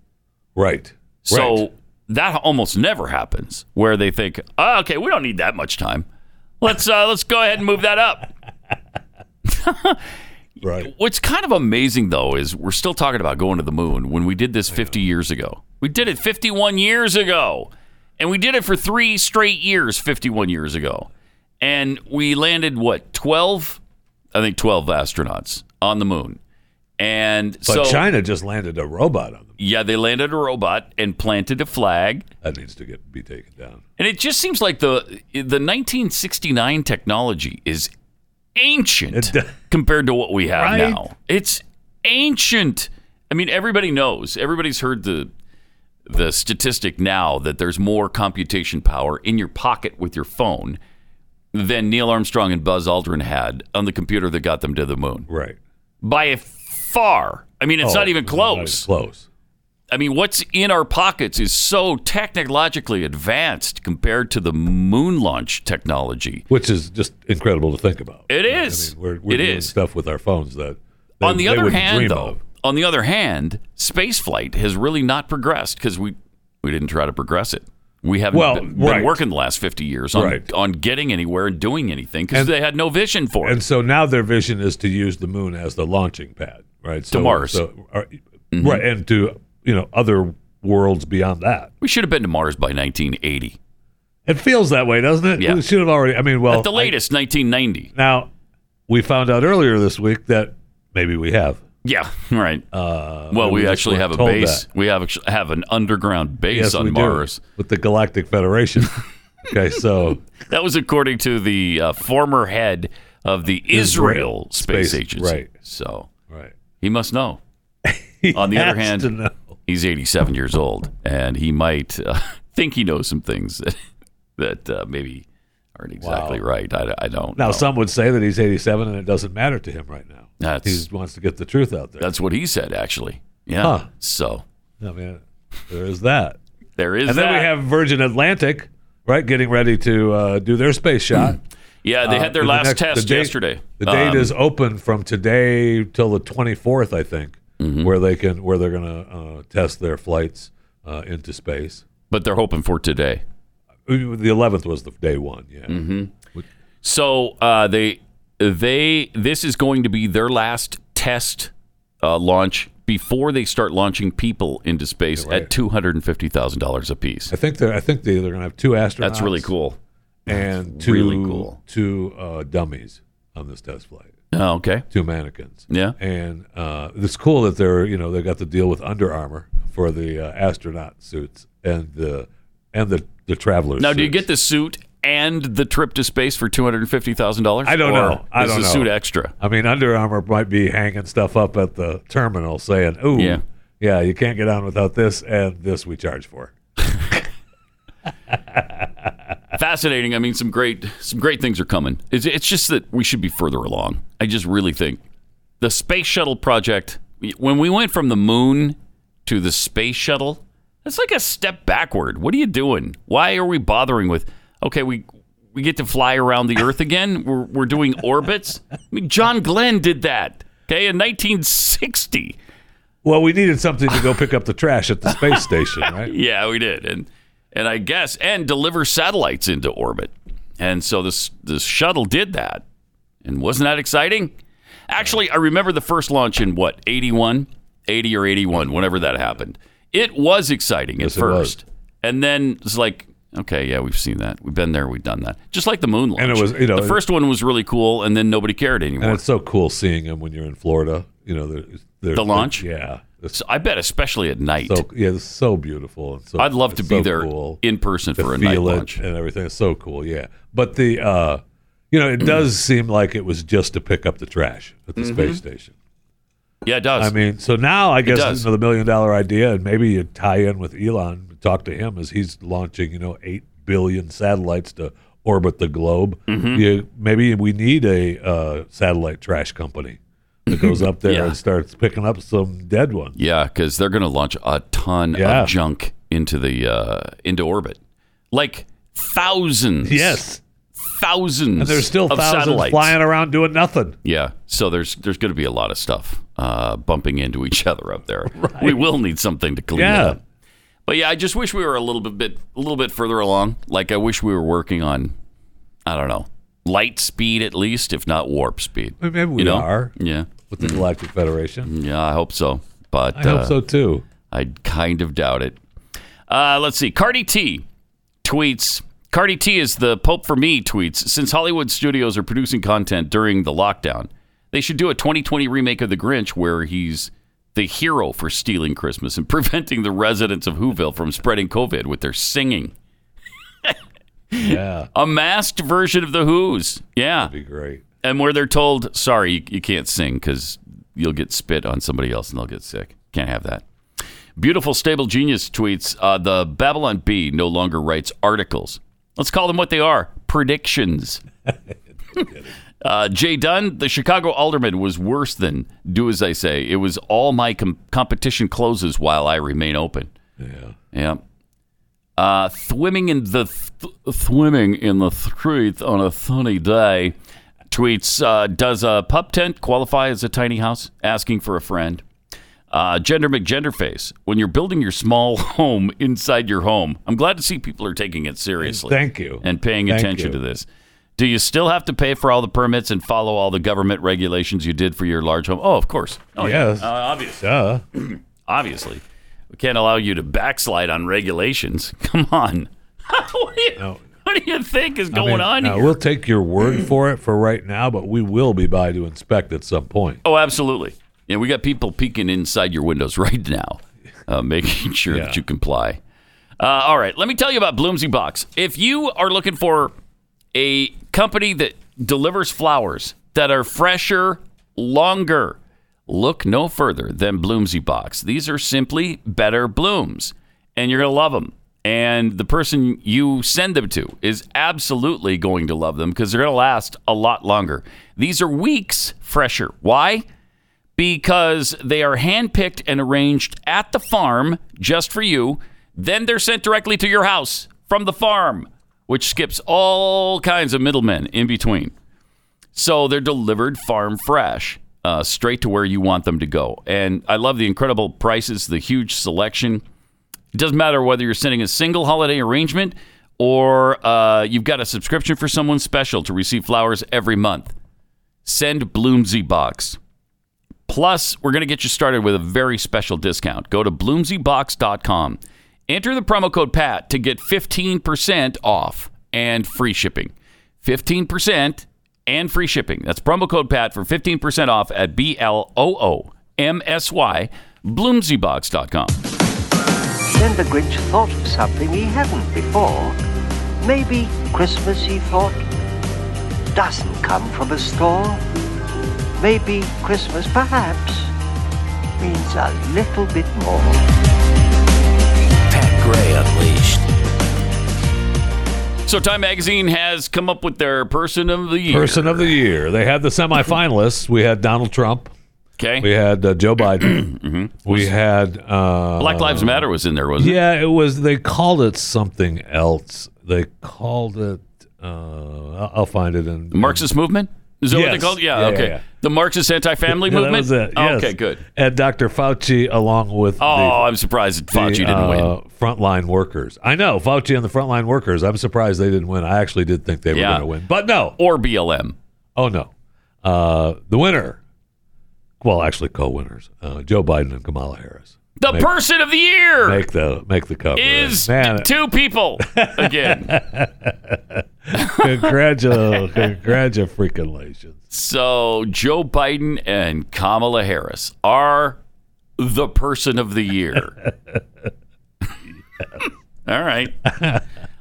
S4: Right.
S3: So
S4: Right.
S3: that almost never happens where they think, oh, okay, we don't need that much time. Let's uh, let's go ahead and move that up.
S4: right.
S3: What's kind of amazing, though, is we're still talking about going to the moon when we did this 50 years ago. We did it 51 years ago. And we did it for three straight years 51 years ago. And we landed, what, 12? I think 12 astronauts on the moon. And
S4: But
S3: so,
S4: China just landed a robot on them.
S3: yeah, they landed a robot and planted a flag.
S4: That needs to get be taken down.
S3: And it just seems like the the 1969 technology is ancient
S4: It do-
S3: compared to what we have
S4: Right?
S3: now. It's ancient. I mean, everybody knows. Everybody's heard the the statistic now that there's more computation power in your pocket with your phone than Neil Armstrong and Buzz Aldrin had on the computer that got them to the moon
S4: Right.
S3: by far. I mean, it's
S4: Oh,
S3: not even
S4: it's not even
S3: close.
S4: close.
S3: I mean, what's in our pockets is so technologically advanced compared to the moon launch technology.
S4: Which is just incredible to think about.
S3: It
S4: I
S3: is.
S4: mean, we're, we're
S3: It
S4: doing
S3: is.
S4: stuff with our phones that. they-
S3: on the
S4: they
S3: other
S4: wouldn't dream
S3: hand, though,
S4: of.
S3: on the other hand, spaceflight has really not progressed because we we didn't try to progress it. We haven't
S4: Well,
S3: been,
S4: right.
S3: been working the last fifty years on
S4: Right.
S3: on getting anywhere and doing anything because
S4: And-
S3: they had no vision for
S4: And
S3: it.
S4: so now their vision is to use the moon as the launching pad, right? So,
S3: Mars. Mm-hmm.
S4: so- or- right? And to you know other worlds beyond that.
S3: We should have been to Mars by 1980,
S4: It feels that way, doesn't it?
S3: Yeah.
S4: We should have already. I mean, well,
S3: at the
S4: I-
S3: latest 1990.
S4: now we found out earlier this week that maybe we have.
S3: Yeah, right.
S4: Uh,
S3: well,
S4: we
S3: we
S4: just
S3: actually
S4: weren't
S3: have a
S4: told
S3: base.
S4: that.
S3: We have actu- have an underground base
S4: yes,
S3: on
S4: we do,
S3: Mars.
S4: with the Galactic
S3: [LAUGHS]
S4: Federation. okay, so
S3: That was according to the uh, former head of the Israel,
S4: Israel
S3: Space,
S4: Space,
S3: Agency.
S4: right.
S3: So
S4: right.
S3: he must know. On the other hand,
S4: Has to know.
S3: He's 87 years old, and he might uh, [LAUGHS] think he knows some things that, that uh, maybe aren't exactly right. I, I don't
S4: now
S3: know.
S4: some would say that he's 87 and it doesn't matter to him right now.
S3: That's-
S4: he just wants to get the truth out there.
S3: That's what he said, actually. Yeah.
S4: Huh.
S3: So
S4: I mean, there is that.
S3: there is
S4: And
S3: that.
S4: then we have Virgin Atlantic, right, getting ready to uh, do their space shot.
S3: yeah, [CLEARS THROAT] they had their
S4: Uh, the
S3: last
S4: next- the
S3: test
S4: date-
S3: yesterday.
S4: The date
S3: Um,
S4: is open from today till the 24th, I think,
S3: Mm-hmm.
S4: where they can where they're going to uh, test their flights uh, into space.
S3: but they're hoping for today.
S4: Ooh, The 11th was the day one, yeah.
S3: Mm-hmm. So uh, they they this is going to be their last test uh, launch before they start launching people into space at two hundred and fifty thousand dollars apiece.
S4: I think they're I think they, they're going to have two astronauts.
S3: That's really cool.
S4: And
S3: That's
S4: two
S3: really cool.
S4: two uh, dummies on this test flight.
S3: Oh, okay.
S4: two mannequins.
S3: Yeah.
S4: and uh, it's cool that they're you know they got to deal with Under Armour for the uh, astronaut suits and the and the the travelers.
S3: Now, do you get
S4: suits.
S3: the suit and the trip to space for two hundred and fifty thousand dollars?
S4: I don't know. I
S3: is
S4: don't
S3: the
S4: know.
S3: suit extra?
S4: I mean, Under Armour might be hanging stuff up at the terminal saying, "Ooh,
S3: Yeah.
S4: yeah, you can't get on without this, and this we charge for."
S3: fascinating. I mean, some great some great things are coming. It's, it's just that we should be further along. I just really think the space shuttle project. When we went from the moon to the space shuttle, that's like a step backward. What are you doing? Why are we bothering with? Okay, we we get to fly around the Earth again. We're we're doing orbits. I mean, John Glenn did that. Okay, in 1960.
S4: Well, we needed something to go pick up the trash at the space station,
S3: [LAUGHS]
S4: right?
S3: Yeah, we did, and and I guess and deliver satellites into orbit, and so this this shuttle did that, and wasn't that exciting? Actually, I remember the first launch in what 81, 80 or 81, whenever that happened. It was exciting
S4: Yes,
S3: at
S4: it was.
S3: first, and then it's like. Okay, yeah, we've seen that. We've been there. We've done that. Just like the moon launch.
S4: And it was, you know,
S3: the first one was really cool, and then nobody cared
S4: And
S3: anymore.
S4: it's so cool seeing them when you're in Florida. You know, they're, they're,
S3: The launch?
S4: yeah, it's
S3: So I bet, especially at night,
S4: so yeah, it's so beautiful. And so
S3: I'd love to
S4: it's
S3: be
S4: so
S3: there
S4: cool.
S3: in person
S4: to
S3: for a
S4: feel
S3: night
S4: it
S3: launch.
S4: and everything. It's so cool, yeah. But the uh, you know, it
S3: [CLEARS THROAT]
S4: does seem like it was just to pick up the trash at the space station.
S3: Yeah, it does.
S4: I mean, so now I guess
S3: Mm-hmm. does.
S4: it's another million dollar idea, and maybe you tie in with Elon, talk to him as he's launching, you know, eight billion satellites to orbit the globe.
S3: Mm-hmm.
S4: You, maybe we need a uh, satellite trash company that goes
S3: [LAUGHS]
S4: up there
S3: Yeah.
S4: and starts picking up some dead ones.
S3: Yeah, because they're going to launch a ton
S4: Yeah.
S3: of junk into the uh, into orbit, like thousands.
S4: Yes,
S3: thousands.
S4: and there's still
S3: of
S4: thousands
S3: satellites.
S4: flying around doing nothing.
S3: Yeah, so there's there's going to be a lot of stuff uh, bumping into each [LAUGHS] other up there. We will need something to clean it
S4: Yeah.
S3: up. But yeah, I just wish we were a little bit a little bit further along. Like I wish we were working on, I don't know, light speed at least, if not warp speed.
S4: Maybe we
S3: you know?
S4: are
S3: Yeah,
S4: with the Galactic Federation.
S3: yeah, I hope so. But
S4: I
S3: uh,
S4: hope so too.
S3: I kind of doubt it. Uh, let's see. Cardi T tweets. Cardi T is the Pope for me tweets. Since Hollywood studios are producing content during the lockdown, they should do a 2020 remake of The Grinch where he's the hero for stealing Christmas and [LAUGHS] preventing the residents of Whoville from spreading COVID with their singing.
S4: Yeah,
S3: A masked version of The Who's. Yeah.
S4: be great.
S3: And where they're told, sorry, you, you can't sing because you'll get spit on somebody else and they'll get sick. Can't have that. Beautiful Stable Genius tweets uh, The Babylon Bee no longer writes articles. Let's call them what they are predictions. uh, Jay Dunn, the Chicago alderman, was worse than do as I say. It was all my com- competition closes while I remain open.
S4: Yeah.
S3: Yeah. Uh, swimming in the th- swimming in the street on a sunny day. Tweets: uh, Does a pup tent qualify as a tiny house? Asking for a friend. Uh, Gender McGenderface. When you're building your small [LAUGHS] home inside your home, I'm glad to see people are taking it seriously.
S4: Thank you.
S3: And paying
S4: Thank
S3: attention
S4: you.
S3: to this. Do you still have to pay for all the permits and follow all the government regulations you did for your large home? Oh, of course. Oh, yeah.
S4: Yes.
S3: Uh, obviously
S4: Duh.
S3: obviously. We can't allow you to backslide on regulations. [LAUGHS] Come on. what, do you,
S4: No.
S3: what do you think is
S4: I
S3: going
S4: mean,
S3: on
S4: now,
S3: here?
S4: We'll take
S3: [CLEARS THROAT]
S4: your word for it for right now, but we will be by to inspect at some point.
S3: oh, absolutely. Yeah, we got people peeking inside your windows [LAUGHS] right now, uh, making sure
S4: Yeah.
S3: that you comply. Uh, all right, let me tell you about Bloomsy Box. If you are looking for a company that delivers flowers that are fresher, longer, look no further than Bloomsy Box. These are simply better blooms, and you're going to love them. And the person you send them to is absolutely going to love them because they're going to last a lot longer. These are weeks fresher. Why? because they are handpicked and arranged at the farm just for you. Then they're sent directly to your house from the farm, which skips all kinds of middlemen in between. So they're delivered farm fresh, uh, straight to where you want them to go. And I love the incredible prices, the huge selection. It doesn't matter whether you're sending a single holiday arrangement or uh, you've got a subscription for someone special to receive flowers every month. Send Bloomsy Box. Plus, we're going to get you started with a very special discount. Go to bloomsybox.com. Enter the promo code PAT to get 15% off and free shipping. 15% and free shipping. That's promo code PAT for 15% off at B L O O M S Y, bloomsybox.com.
S9: Then the Grinch thought of something he hadn't before. Maybe Christmas, he thought, doesn't come from a store. Maybe Christmas, perhaps, means a little bit more.
S7: Pat Gray Unleashed.
S3: So, Time Magazine has come up with their person of the year.
S4: Person of the year. They had the semifinalists. We had Donald Trump.
S3: Okay.
S4: We had uh, Joe
S3: [CLEARS THROAT]
S4: Biden.
S3: Mm-hmm.
S4: We had uh,
S3: Black Lives Matter was in there, wasn't it?
S4: Yeah, it was. They called it something else. They called it. Uh, I'll- I'll find it in
S3: Marxist movement? Is that what they
S4: Yes.
S3: called? it? Yeah,
S4: Yeah,
S3: okay.
S4: yeah, yeah.
S3: The Marxist anti family
S4: Yeah, that
S3: movement? Oh,
S4: was it, yes.
S3: Okay, good.
S4: And Dr. Fauci, along with
S3: Oh,
S4: the,
S3: I'm surprised that Fauci
S4: the,
S3: didn't win.
S4: uh, frontline workers. I know Fauci and the frontline workers. I'm surprised they didn't win. I actually did think they
S3: Yeah.
S4: were going to win, but no.
S3: Or BLM.
S4: Oh no. Uh, the winner. Well, actually, co-winners: uh, Joe Biden and Kamala Harris
S3: The person of the year
S4: make the make the cover.
S3: is [LAUGHS]
S4: Man,
S3: two
S4: [LAUGHS]
S3: people again.
S4: congratu- congratulations.
S3: so Joe Biden and Kamala Harris are the person of the
S4: [LAUGHS]
S3: year. [LAUGHS] All right.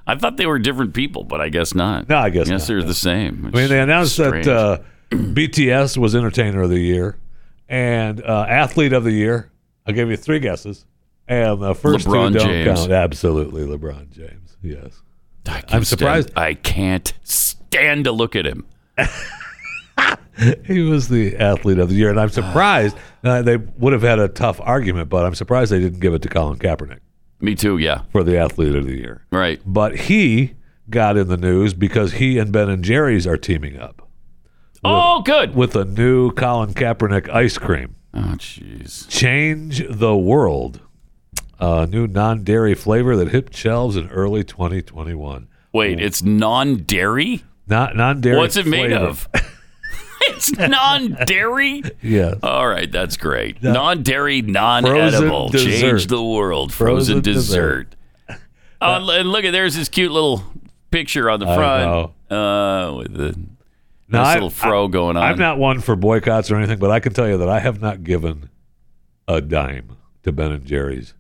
S3: I thought they were different people, but I guess not.
S4: No, I guess
S3: yes,
S4: not.
S3: they're the same.
S4: I mean, they announced
S3: Strange.
S4: that uh, [CLEARS THROAT] BTS was Entertainer of the Year and uh, Athlete of the Year. I'll give you three guesses. And the first
S3: LeBron
S4: two don't
S3: James.
S4: count. Absolutely, LeBron James. Yes.
S3: I can't
S4: I'm surprised-
S3: stand- I can't stand to look at him.
S4: He was the Athlete of the Year. And I'm surprised now, they would have had a tough argument, but I'm surprised they didn't give it to Colin Kaepernick
S3: Me too. Yeah.
S4: for the Athlete of the Year.
S3: Right.
S4: But he got in the news because he and Ben and Jerry's are teaming up
S3: oh, good.
S4: with a new Colin Kaepernick ice cream.
S3: Oh, jeez.
S4: Change the World, a new non dairy flavor that hit shelves in early 2021.
S3: Wait, it's non-dairy.
S4: Not non dairy.
S3: What's it made of? [LAUGHS] it's non-dairy.
S4: Yes.
S3: All right, that's great. Non-dairy, non-edible.
S4: Frozen dessert.
S3: Change the world. Frozen,
S4: Frozen
S3: dessert.
S4: dessert. [LAUGHS]
S3: Oh, and- and look at there's this cute little picture on the front uh, with the
S4: Now,
S3: nice
S4: I-
S3: little fro going on.
S4: I'm not one for boycotts or anything, but I can tell you that I have not given a dime to Ben and Jerry's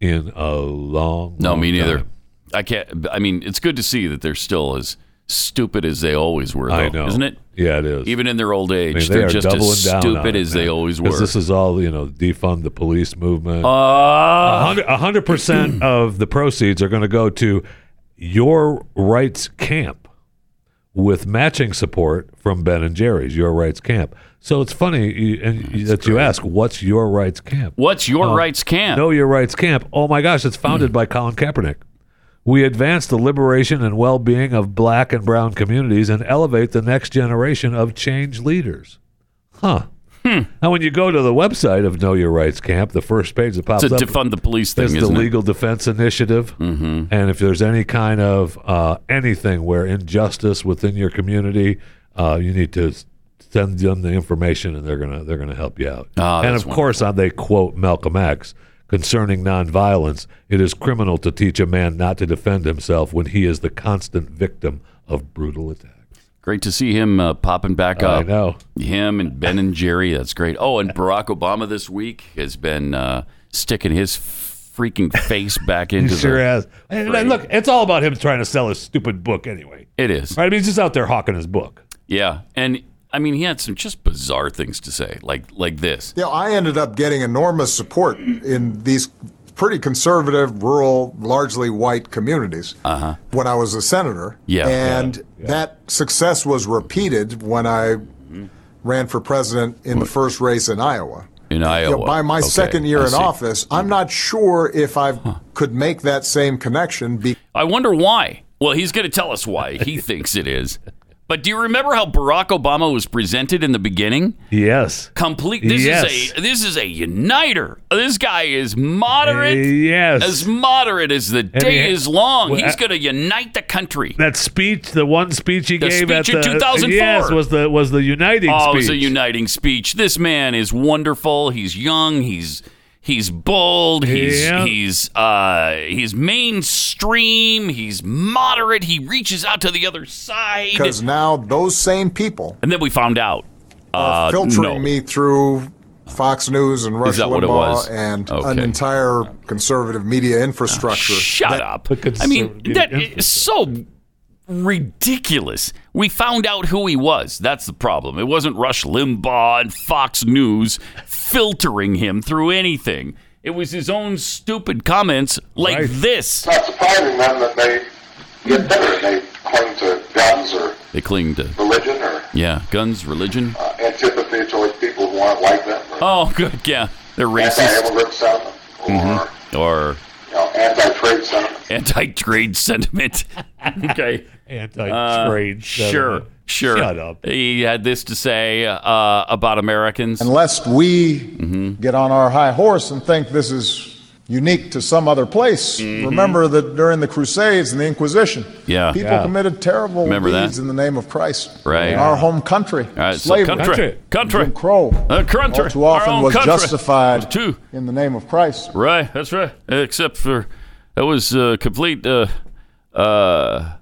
S4: in a long.
S3: no,
S4: long
S3: me neither.
S4: time.
S3: I can't. I mean, it's good to see that they're still as stupid as they always were, though,
S4: I know,
S3: isn't it?
S4: Yeah, it is.
S3: Even in their old age,
S4: I mean, they
S3: they're
S4: are
S3: just
S4: doubling
S3: as
S4: down on
S3: stupid
S4: it,
S3: as they
S4: man.
S3: always
S4: 'Cause
S3: were.
S4: This is all you know, defund the police movement.
S3: Uh,
S4: A hundred- a hundred percent of the proceeds are going to go to your rights camp with matching support from Ben and Jerry's Your Rights Camp. So it's funny you, and you- that you ask, "What's Your Rights Camp?"
S3: what's
S4: Oh,
S3: your rights camp?
S4: Know Your Rights Camp. Oh my gosh, it's founded by Colin Kaepernick. We advance the liberation and well-being of Black and Brown communities and elevate the next generation of change leaders. Huh. Now, when you go to the website of Know Your Rights Camp, the first page that pops
S3: It's a
S4: up
S3: defund the police thing,
S4: is
S3: isn't
S4: the
S3: it?
S4: Legal Defense Initiative, mm-hmm. and if there's any kind of uh, anything where injustice within your community, uh, you need to s- send them the information, and they're gonna they're gonna help you out.
S3: Ah,
S4: and
S3: that's
S4: of course, uh, they quote Malcolm X concerning nonviolence: "It is criminal to teach a man not to defend himself when he is the constant victim of brutal attack."
S3: Great to see him uh, popping back
S4: I
S3: up.
S4: know.
S3: Him and Ben and Jerry. That's great. Oh, and Barack Obama this week has been uh, sticking his freaking face
S4: [LAUGHS]
S3: back into
S4: Sure
S3: the.
S4: has. And, and look, it's all about him trying to sell his stupid book anyway.
S3: It is.
S4: Right? I mean, he's just out there hawking his book.
S3: Yeah, and I mean he had some just bizarre things to say, like like this.
S10: Yeah, I ended up getting enormous support in these pretty conservative, rural, largely white communities
S11: Uh-huh.
S10: when I was a senator.
S3: Yeah.
S11: Mm-hmm.
S10: And that success was repeated when I
S8: ran for president in the first race in Iowa.
S3: in Iowa.
S8: You know, by my
S3: Okay,
S8: second year
S3: I
S8: in
S3: see.
S8: office, I'm not sure if I could make that same connection. Be-
S3: I wonder why. Well, he's going to tell us why he [LAUGHS] thinks it is. But do you remember how Barack Obama was presented in the beginning?
S12: Yes.
S3: Complete. This
S12: Yes.
S3: is a this is a uniter. This guy is moderate.
S12: Yes.
S3: as moderate as the
S12: And
S3: day
S12: he-
S3: is long.
S12: Well,
S3: He's
S12: I-
S3: going to unite the country.
S12: That speech, the one speech he
S3: The
S12: gave
S3: speech
S12: at
S3: in
S12: the
S3: 2004.
S12: Yes, was the was the uniting
S3: Oh, it
S12: speech.
S3: was a uniting speech. This man is wonderful. He's young. He's he's bold. He's
S12: Yeah.
S3: he's uh, he's mainstream. He's moderate. He reaches out to the other side.
S8: Because now those same people
S3: And then we found out. Uh,
S8: filtering
S3: no.
S8: me through Fox News and Rush
S3: that what it was?
S8: Limbaugh and an
S3: Okay.
S8: entire conservative media infrastructure.
S3: Shut up. I mean, that is so ridiculous. We found out who he was. That's the problem. It wasn't Rush Limbaugh and Fox News filtering him through anything. It was his own stupid comments like this.
S13: It's not surprising then that they get better. They cling to guns or
S3: They cling to
S13: religion or
S3: yeah, guns, religion.
S13: antipathy towards people who aren't like them.
S3: Oh, good. Yeah, they're racist.
S13: Anti-immigrant sentiment,
S3: Mhm. Or
S13: you know, anti-trade sentiment.
S3: anti-trade sentiment. [LAUGHS] okay.
S12: Anti-trade
S3: Uh, Sure,
S12: sentiment.
S3: sure.
S12: Shut up.
S3: He had this to say uh, about Americans.
S8: Unless we get on our high horse and think this is unique to some other place. Remember that during the Crusades and the Inquisition,
S3: Yeah.
S8: people
S3: Yeah.
S8: committed terrible
S3: Remember that?
S8: deeds in the name of Christ.
S3: Right.
S8: In our home country.
S3: All right, so
S8: slavery.
S3: country, country.
S8: Jim Crow.
S3: Uh, country.
S8: All too
S3: Our
S8: often
S3: own
S8: was
S3: country.
S8: justified in the name of Christ.
S3: Right, that's right. Except for that was uh, complete uh, uh,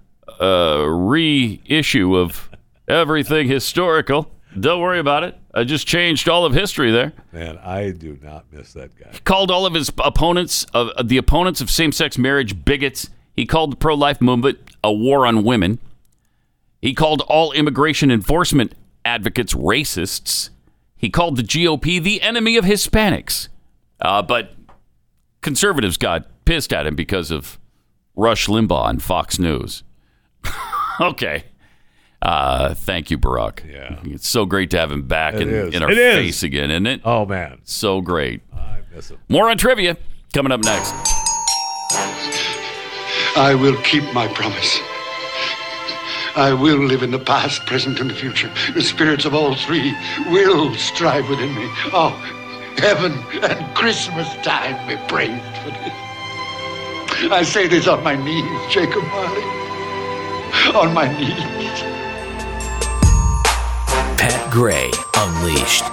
S3: uh, reissue of everything historical. Don't worry about it. I just changed all of history there.
S4: Man, I do not miss that guy.
S3: He called all of his opponents of of the opponents of same-sex marriage bigots. He called the pro-life movement a war on women. He called all immigration enforcement advocates racists. He called the GOP the enemy of Hispanics. Uh, but conservatives got pissed at him because of Rush Limbaugh and Fox News. [LAUGHS] okay. Uh, thank you, Barack. Yeah. It's so great to have him back
S4: It
S3: in,
S4: is.
S3: in our
S4: It is.
S3: face again, isn't it?
S4: Oh, man.
S3: So great.
S4: I miss him.
S3: More on trivia coming up next.
S14: I will keep my promise. I will live in the past, present, and the future. The spirits of all three will strive within me. Oh, heaven and Christmas time be praised for this. I say this on my knees, Jacob Marley. On my knees.
S11: Pat Gray Unleashed.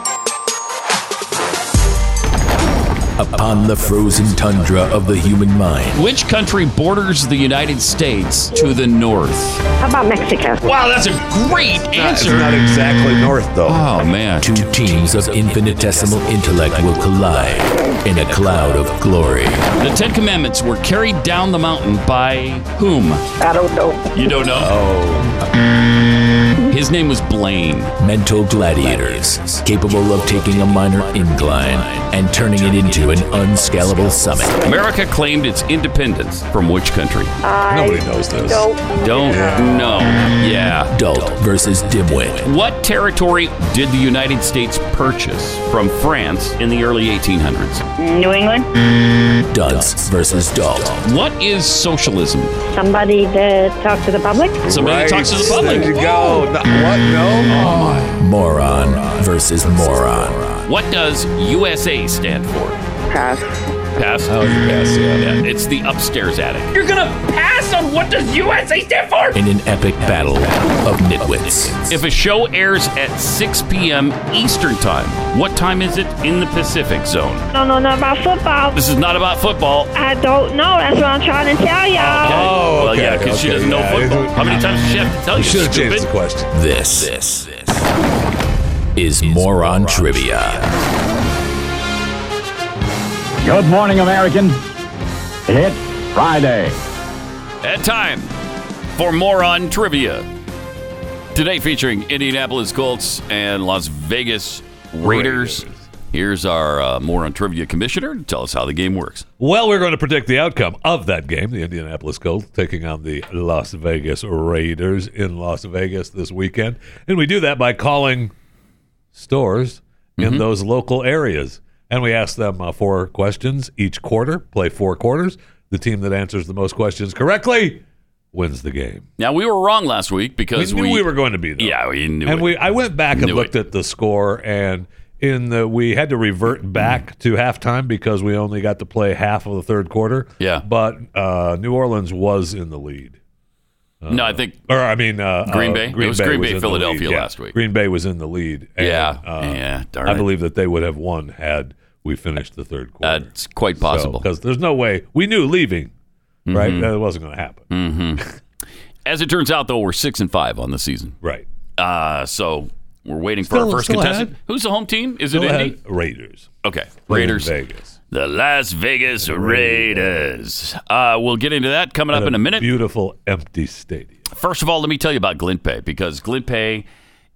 S11: Upon the frozen tundra of the human mind.
S3: Which country borders the United States to the north?
S15: How about Mexico?
S3: Wow, that's a great answer.
S11: exactly
S3: north, though. Oh, man.
S11: Two teams of infinitesimal intellect will collide in a cloud of glory.
S3: The Ten Commandments were carried down the mountain by whom? I don't know. You don't know? Oh. His name was Blaine.
S11: Mental gladiators, capable of taking a minor incline and turning it into an unscalable summit.
S3: America claimed its independence from which country?
S11: I Nobody knows this. don't
S3: Don't know. Yeah.
S11: Adult versus dimwit.
S3: What territory did the United States purchase from France in the early 1800s?
S15: New England?
S11: Dunce versus Dalt.
S3: What is socialism?
S15: Somebody to talk to the public?
S3: Somebody that talks to the public.
S11: what? No. Moron versus moron.
S3: What does USA stand for? Pass. Pass. Oh, you pass. Yeah. It's the upstairs attic.
S16: You're gonna pass on what does USA stand for?
S11: In an epic battle of nitwits.
S3: If a show airs at 6 p.m. Eastern Time, what time is it in the Pacific Zone?
S15: No, no, no, about football.
S3: This is not about football.
S15: I don't know. That's what I'm trying to tell y'all.
S3: Oh, well,
S4: okay,
S3: yeah, because she
S4: okay,
S3: doesn't know
S4: yeah.
S3: football. How many times does she have to tell you?
S11: should've
S3: stupid?
S11: changed the
S4: question.
S11: This, this, is moron, trivia.
S5: Good morning, American. It's Friday.
S3: And time for moron trivia. Today featuring Indianapolis Colts and Las Vegas Raiders. Here's our uh, moron trivia commissioner to tell us how the game works.
S4: Well, we're going to predict the outcome of that game. The Indianapolis Colts taking on the Las Vegas Raiders in Las Vegas this weekend. And we do that by calling stores
S3: Mm-hmm.
S4: in those local areas. And we ask them uh, four questions each quarter, play four quarters. The team that answers the most questions correctly wins the game.
S3: Now we were wrong last week because
S4: We knew we were going to be there.
S3: Yeah, we knew
S4: and
S3: it.
S4: we I went back and
S3: Knew
S4: looked at the score and in the we had to revert back to halftime because we only got to play half of the third quarter.
S3: Yeah.
S4: But uh, New Orleans was in the lead.
S3: no, I think
S4: Or I mean uh,
S3: Green
S4: uh,
S3: Bay? It was Green Bay,
S4: in the
S3: Philadelphia
S4: lead. Yeah.
S3: last week.
S4: Green Bay was in the lead. And,
S3: Yeah.
S4: uh,
S3: Yeah, darn
S4: I
S3: it.
S4: believe that they would have won had we finished the third quarter.
S3: That's quite possible.
S4: Because there's no way we knew leaving, right? That wasn't going to happen.
S3: Mm-hmm. As it turns out, though, we're six and five on the season.
S4: Right.
S3: Uh, so we're waiting for
S4: Still-
S3: our first
S4: still
S3: contestant.
S4: ahead.
S3: Who's the home team? Is
S4: Still
S3: it
S4: ahead.
S3: Indy?
S4: Raiders.
S3: Okay,
S4: Playing
S3: Raiders.
S4: Vegas.
S3: The Las Vegas Raiders. Uh, we'll get into that coming up
S4: At
S3: in a minute.
S4: Beautiful empty stadium.
S3: First of all, let me tell you about GlintPay because GlintPay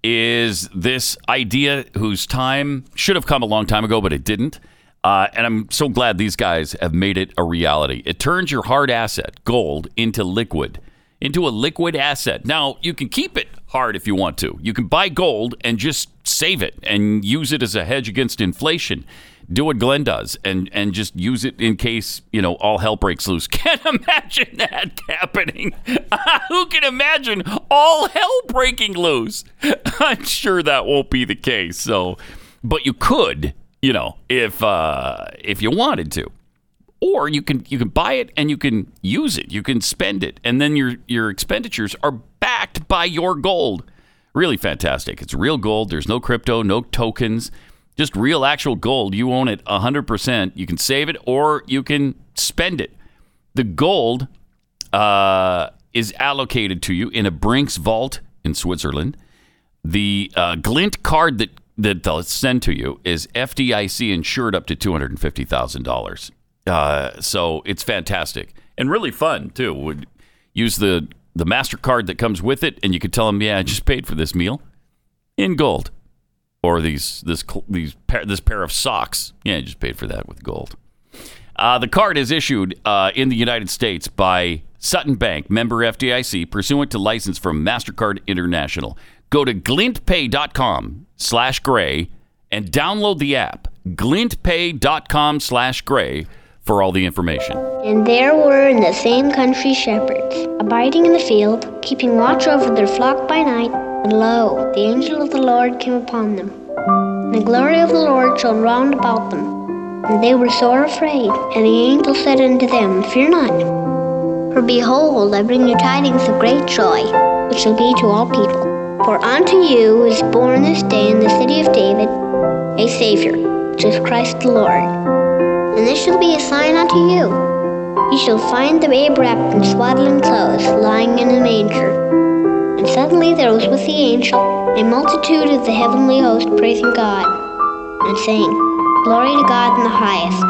S3: is this idea whose time should have come a long time ago, but it didn't. Uh, and I'm so glad these guys have made it a reality. It turns your hard asset, gold, into liquid, into a liquid asset. Now, you can keep it hard if you want to. You can buy gold and just save it and use it as a hedge against inflation. Do what Glenn does and, and just use it in case, you know, all hell breaks loose. [LAUGHS] Can't imagine that happening. [LAUGHS] Who can imagine all hell breaking loose? [LAUGHS] I'm sure that won't be the case. So, but you could, you know, if uh, if you wanted to, or you can you can buy it and you can use it, you can spend it, and then your your expenditures are backed by your gold. Really fantastic. It's real gold. There's no crypto, no tokens, just real actual gold. You own it 100%. You can save it or you can spend it. The gold uh, is allocated to you in a Brinks vault in Switzerland. The uh, Glint card that that they'll send to you is FDIC insured up to two hundred and fifty thousand dollars. Uh, so it's fantastic and really fun too. Would use the the Mastercard that comes with it, and you could tell them, "Yeah, I just paid for this meal in gold." or these this cl- these pair, this pair of socks. Yeah, I just paid for that with gold. Uh, the card is issued uh, in the United States by Sutton Bank, member FDIC, pursuant to license from Mastercard International. Go to glintpay.com/gray and download the app glintpay.com/gray for all the information.
S13: And there were in the same country shepherds, abiding in the field, keeping watch over their flock by night. And lo, the angel of the Lord came upon them. And the glory of the Lord shone round about them. And they were sore afraid. And the angel said unto them, Fear not. For behold, I bring you tidings of great joy, which shall be to all people. For unto you is born this day in the city of David a Savior, which is Christ the Lord. And this shall be a sign unto you. You shall find the babe wrapped in swaddling clothes, lying in a manger. And suddenly there was with the angel a multitude of the heavenly host praising God, and saying, Glory to God in the highest,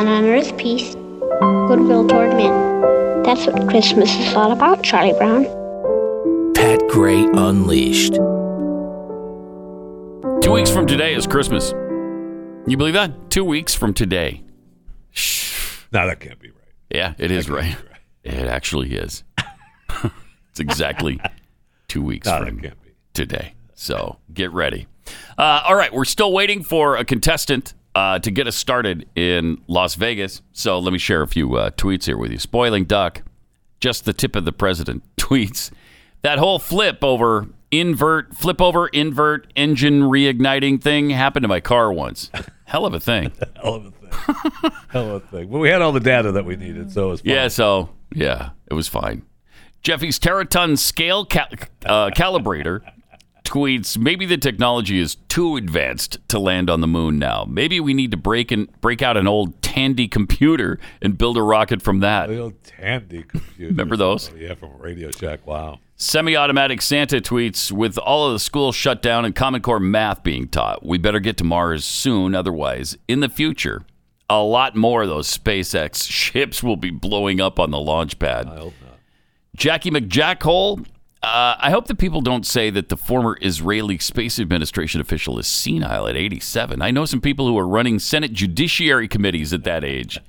S13: and on earth peace, goodwill toward men. That's what Christmas is all about, Charlie Brown.
S7: Pat Gray Unleashed.
S3: Two weeks from today is Christmas. You believe that? Two weeks from today.
S4: No, that can't be right.
S3: Yeah, it is right. It actually is. [LAUGHS] it's exactly two weeks
S4: No, that
S3: from today. So get ready. Uh, all right, we're still waiting for a contestant uh, to get us started in Las Vegas. So let me share a few uh, tweets here with you. Spoiling Duck, just the tip of the president [LAUGHS] tweets that whole flip over invert, flip over invert engine reigniting thing happened to my car once. Hell of a thing.
S4: Hell of a thing. Hell of a thing. Well, we had all the data that we needed, so it was fine.
S3: Yeah, so yeah, it was fine. Jeffy's Teraton scale cal- uh, calibrator tweets: Maybe the technology is too advanced to land on the moon now. Maybe we need to break and break out an old Tandy computer and build a rocket from that.
S4: The old Tandy computer.
S3: Remember those?
S4: Oh, yeah, from Radio Shack. Wow.
S3: Semi-automatic Santa tweets with all of the schools shut down and Common Core math being taught. We better get to Mars soon, otherwise, in the future, a lot more of those SpaceX [LAUGHS] ships will be blowing up on the launch pad. I
S4: hope not.
S3: Jackie McJackhole. Uh, I hope that people don't say that the former Israeli Space Administration official is senile at 87. I know some people who are running Senate Judiciary committees at that age.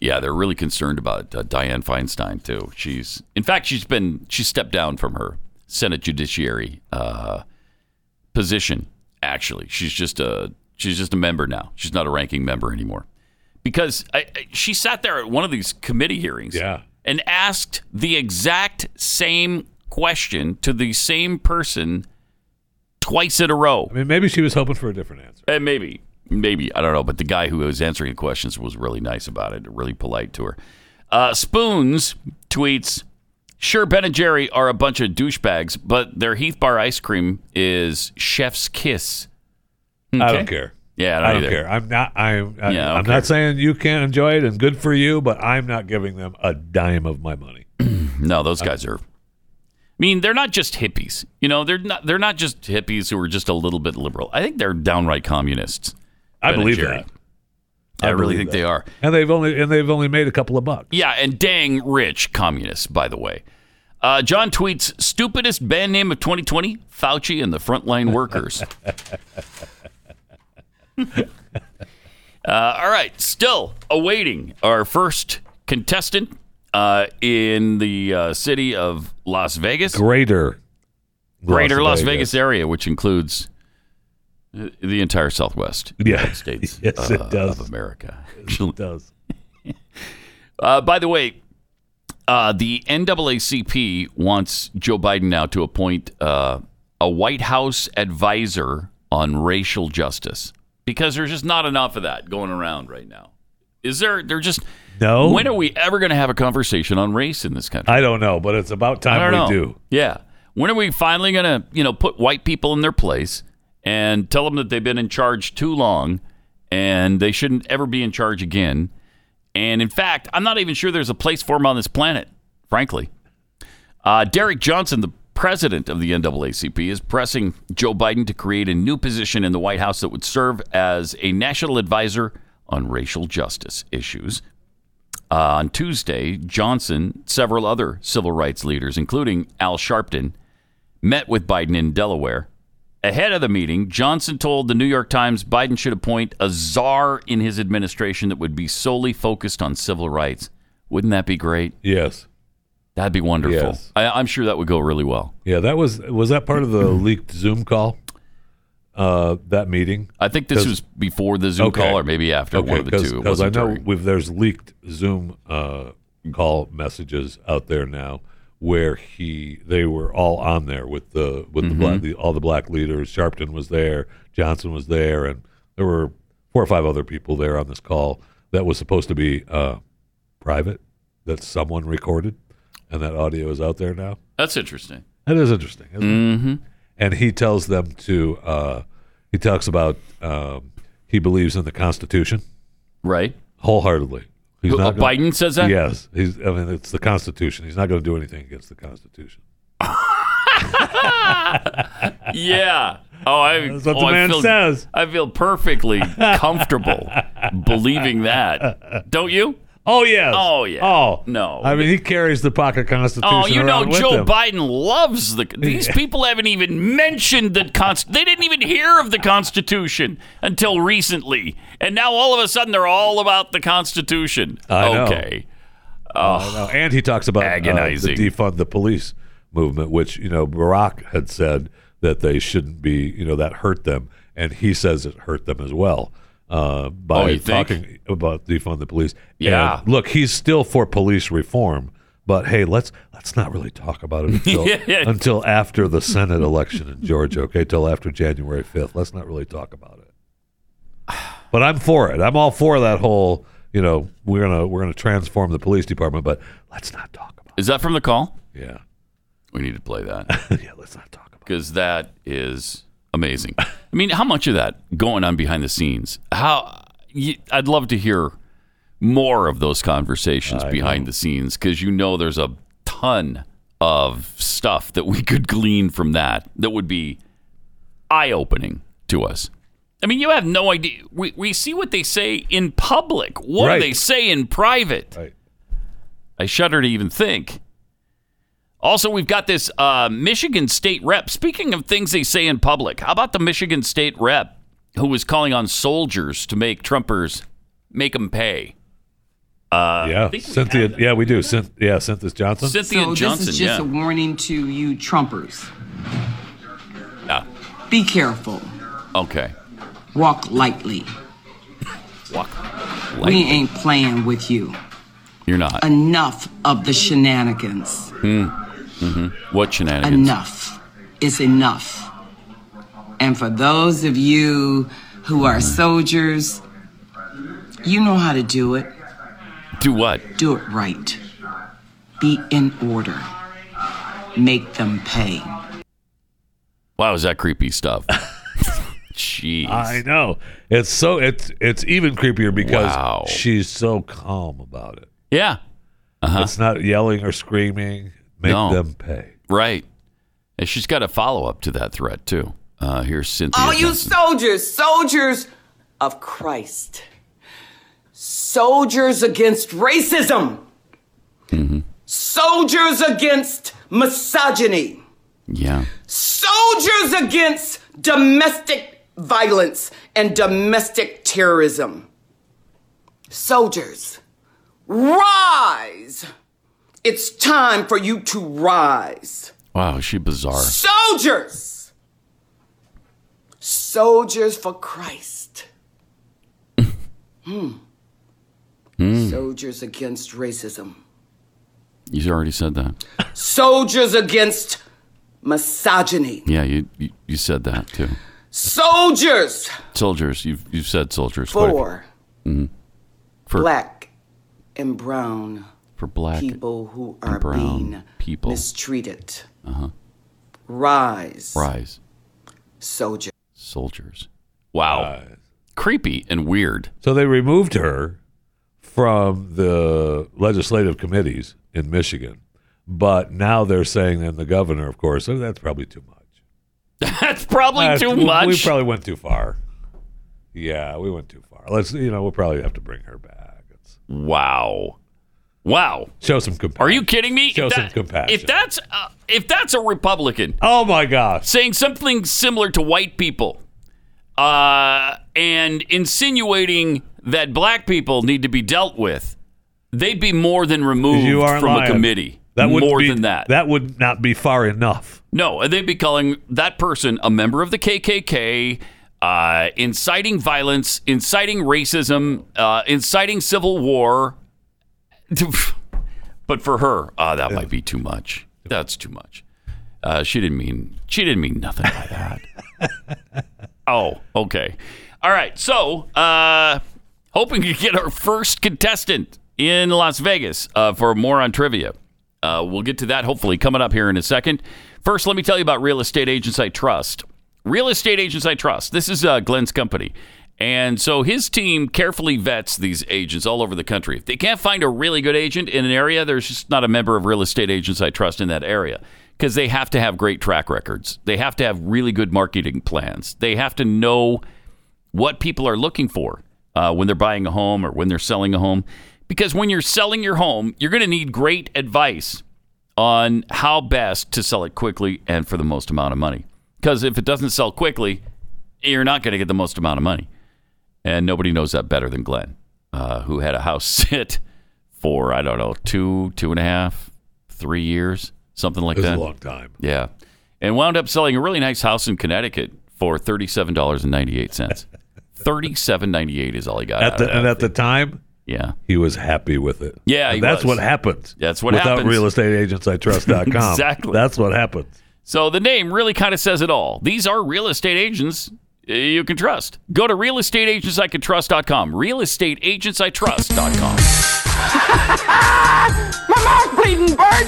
S3: Yeah, they're really concerned about uh, Dianne Feinstein too. She's, in fact, she's been she stepped down from her Senate Judiciary uh, position Actually, she's just a she's just a member now. She's not a ranking member anymore because I, I- she sat there at one of these committee hearings
S4: Yeah.
S3: and asked the exact same question to the same person twice in a row.
S4: I mean, maybe she was hoping for a different answer.
S3: And maybe, maybe I don't know. But the guy who was answering the questions was really nice about it, really polite to her. Uh, Spoons tweets: Sure, Ben and Jerry are a bunch of douchebags, but their Heath Bar ice cream is Chef's Kiss.
S4: I
S3: Okay.
S4: don't care.
S3: Yeah, I don't,
S4: I don't
S3: either.
S4: care. I'm not. I'm. I,
S3: Yeah, I don't
S4: I'm
S3: care.
S4: not saying you can't enjoy it and good for you, but I'm not giving them a dime of my money.
S3: no,
S4: Uh,
S3: those guys are. I mean, they're not just hippies. You know, they're not. They're not just hippies who are just a little bit liberal. I think they're downright communists.
S4: I
S3: Ben and
S4: believe
S3: Jerry.
S4: that.
S3: I, really
S4: believe
S3: think
S4: that.
S3: they are.
S4: And they've only and they've only made a couple of bucks.
S3: Yeah, and dang rich communists, by the way. Uh, John tweets stupidest band name of 2020: Fauci and the frontline
S4: [LAUGHS]
S3: workers. Uh, all right, still awaiting our first contestant uh, in the uh, city of Las Vegas,
S4: Greater.
S3: greater Las Vegas. area, which includes uh, the entire Southwest United States
S4: [LAUGHS] Yes, it
S3: uh,
S4: does.
S3: of America.
S4: It does.
S3: Uh, by the way, uh, the NAACP wants Joe Biden now to appoint uh, a White House advisor on racial justice because there's just not enough of that going around right now. Is there? They're just
S4: No.
S3: When are we ever going to have a conversation on race in this country?
S4: I don't know, but it's about time
S3: I
S4: we
S3: don't know.
S4: do.
S3: Yeah. When are we finally going to, you know, put white people in their place and tell them that they've been in charge too long and they shouldn't ever be in charge again? And in fact, I'm not even sure there's a place for them on this planet, frankly. Uh, Derek Johnson, the president of the NAACP, is pressing Joe Biden to create a new position in the White House that would serve as a national advisor on racial justice issues. Uh, on Tuesday, Johnson, several other civil rights leaders, including Al Sharpton, met with Biden in Delaware. Ahead of the meeting, Johnson told the New York Times Biden should appoint a czar in his administration that would be solely focused on civil rights. Wouldn't that be great?
S4: Yes.
S3: That'd be wonderful.
S4: Yes.
S3: I, I'm sure that would go really well.
S4: Yeah, that was was that part of
S3: [CLEARS THROAT]
S4: the leaked Zoom call? Uh, that meeting.
S3: I think this
S4: 'Cause-
S3: was before the Zoom
S4: Okay.
S3: call or maybe after
S4: Okay,
S3: one of the
S4: 'cause-
S3: two. It
S4: 'cause I
S3: wasn't
S4: know
S3: during.
S4: with there's leaked Zoom uh, call messages out there now where he they were all on there with the with the, black,
S3: Mhm.
S4: the all the black leaders. Sharpton was there, Johnson was there, and there were four or five other people there on this call that was supposed to be uh, private that someone recorded, and that audio is out there now.
S3: That's interesting.
S4: That is interesting. Isn't
S3: mm-hmm.
S4: It? And he tells them to. Uh, he talks about um, he believes in the Constitution,
S3: right?
S4: Wholeheartedly.
S3: Who- uh, Biden says that?
S4: Yes. He's. I mean, it's the Constitution. He's not going to do anything against the Constitution.
S3: Yeah. Oh, I,
S4: That's what
S3: oh,
S4: the man
S3: I feel,
S4: says.
S3: I feel
S4: [LAUGHS]
S3: perfectly comfortable believing that. Don't you?
S4: Oh yes.
S3: Oh yeah.
S4: Oh
S3: no.
S4: I mean, he carries the pocket Constitution.
S3: Oh, you know
S4: around with
S3: Joe
S4: him.
S3: Biden loves
S4: [LAUGHS]
S3: the. These people haven't even mentioned the const. They didn't even hear of the Constitution until recently, and now all of a sudden they're all about the Constitution.
S4: I know.
S3: okay.
S4: I know. And he talks about uh,
S3: Agonizing.
S4: the defund the police movement, which you know Barack had said that they shouldn't be. You know that hurt them, and he says it hurt them as well uh, by
S3: Oh, you think?
S4: talking about defund the police.
S3: Yeah.
S4: And look, he's still for police reform, but hey, let's let's not really talk about
S3: [LAUGHS]
S4: it [LAUGHS] until,
S3: Yeah.
S4: until after the Senate election in Georgia. Okay, till after January fifth. Let's not really talk about it. But I'm for it. I'm all for that whole. You know, we're gonna we're gonna transform the police department, but let's not talk.
S3: Is that from the call?
S4: Yeah.
S3: We need to play that.
S4: [LAUGHS] yeah, let's not talk about
S3: Because that is amazing. I mean, how much of that going on behind the scenes? How you, I'd love to hear more of those conversations behind the scenes because you know there's a ton of stuff that we could glean from that that would be eye opening to us. I mean, you have no idea. We, we see what they say in public. What
S4: Right.
S3: do they say in private?
S4: Right.
S3: I shudder to even think. Also, we've got this uh, Michigan state rep. Speaking of things they say in public, how about the Michigan state rep who was calling on soldiers to make Trumpers make them pay? Uh,
S4: Yeah, Cynthia. yeah, we do. Cyn- yeah, Cynthia Johnson.
S3: Cynthia
S11: so
S3: Johnson.
S11: This is just
S3: yeah.
S11: a warning to you Trumpers.
S3: Ah.
S11: Be careful.
S3: Okay.
S11: Walk lightly.
S3: Walk.
S11: We
S3: lightly.
S11: ain't playing with you.
S3: You're not.
S11: Enough of the shenanigans.
S3: hmm What shenanigans?
S11: Enough is enough. And for those of you who are soldiers, you know how to do it.
S3: Do what?
S11: Do it right. Be in order. Make them pay.
S3: Wow, is that creepy
S11: [LAUGHS]
S3: stuff? Jeez.
S17: I know. It's so it's it's even creepier because
S4: Wow.
S17: she's so calm about it.
S3: Yeah.
S4: It's not yelling or screaming. Make
S3: Uh-huh. No.
S4: them pay.
S3: Right. And she's got a follow up to that threat too. Uh, here's Cynthia.
S11: All you
S3: Johnson.
S11: soldiers, soldiers of Christ, soldiers against racism, soldiers against misogyny,
S3: yeah.
S11: soldiers against domestic violence and domestic terrorism. Soldiers, rise! It's time for you to rise.
S3: Wow, is she bizarre.
S11: Soldiers! Soldiers for Christ. Hmm.
S3: Mm.
S11: Soldiers against racism.
S3: You already said that.
S11: Soldiers against misogyny.
S3: Yeah, you you, you said that too.
S11: Soldiers
S3: Soldiers, you've you've said soldiers. quite a few-
S11: for
S3: Mhm. For
S11: black and brown
S3: for black
S11: people who
S3: and
S11: are
S3: brown
S11: being
S3: people.
S11: mistreated.
S3: Uh-huh.
S11: Rise,
S3: Rise.
S11: soldier.
S3: Soldiers. Wow. Creepy and weird. [LAUGHS]
S4: So they removed her from the legislative committees in Michigan. But now they're saying, and the governor, of course, oh, that's probably too much.
S3: That's probably
S4: That's-
S3: too
S4: we-
S3: much.
S4: We probably went too far. Yeah, we went too far. Let's, you know, we'll probably have to bring her back.
S3: wow. Wow.
S4: Show some compassion.
S3: Are you kidding me?
S4: Show
S3: If
S4: some
S3: that-
S4: compassion.
S3: If that's uh, if that's a Republican,
S4: oh my gosh,
S3: saying something similar to white people, uh, and insinuating that black people need to be dealt with, they'd be more than removed
S4: you aren't
S3: from
S4: lying.
S3: a committee.
S4: That wouldn't
S3: more
S4: be-
S3: than that.
S4: That would not be far enough.
S3: No, they'd be calling that person a member of the KKK, uh, inciting violence, inciting racism, uh, inciting civil war. [LAUGHS] But for her, uh, that might be too much. That's too much. Uh, she didn't mean she didn't mean nothing by that. oh, okay. All right. So, uh, hoping to get our first contestant in Las Vegas uh, for more on trivia. Uh, we'll get to that hopefully coming up here in a second. First, let me tell you about Real Estate Agents I Trust. Real Estate Agents I Trust. This is uh, Glenn's company. And so his team carefully vets these agents all over the country. If they can't find a really good agent in an area, there's just not a member of Real Estate Agents I Trust in that area because they have to have great track records. They have to have really good marketing plans. They have to know what people are looking for uh, when they're buying a home or when they're selling a home. Because when you're selling your home, you're going to need great advice on how best to sell it quickly and for the most amount of money. Because if it doesn't sell quickly, you're not going to get the most amount of money. And nobody knows that better than Glenn, uh, who had a house [LAUGHS] sit for, I don't know, two, two and a half, three years, something like
S4: It was a
S3: that.
S4: long time.
S3: Yeah. And wound up selling a really nice house in Connecticut for $37.98. Thirty-seven ninety-eight is all he got. out
S4: At
S3: of
S4: the,
S3: that.
S4: and at the time,
S3: yeah,
S4: he was happy with it.
S3: Yeah, he
S4: And that's
S3: was.
S4: what happens.
S3: That's what
S4: without
S3: happens.
S4: real estate agents I trust.com.
S3: [LAUGHS] Exactly.
S4: That's what happens.
S3: So the name really kind of says it all. These are real estate agents uh, you can trust. Go to realestateagentsicantrust.com. Realestateagentsitrust.com.
S2: My mouth bleeding, Bert!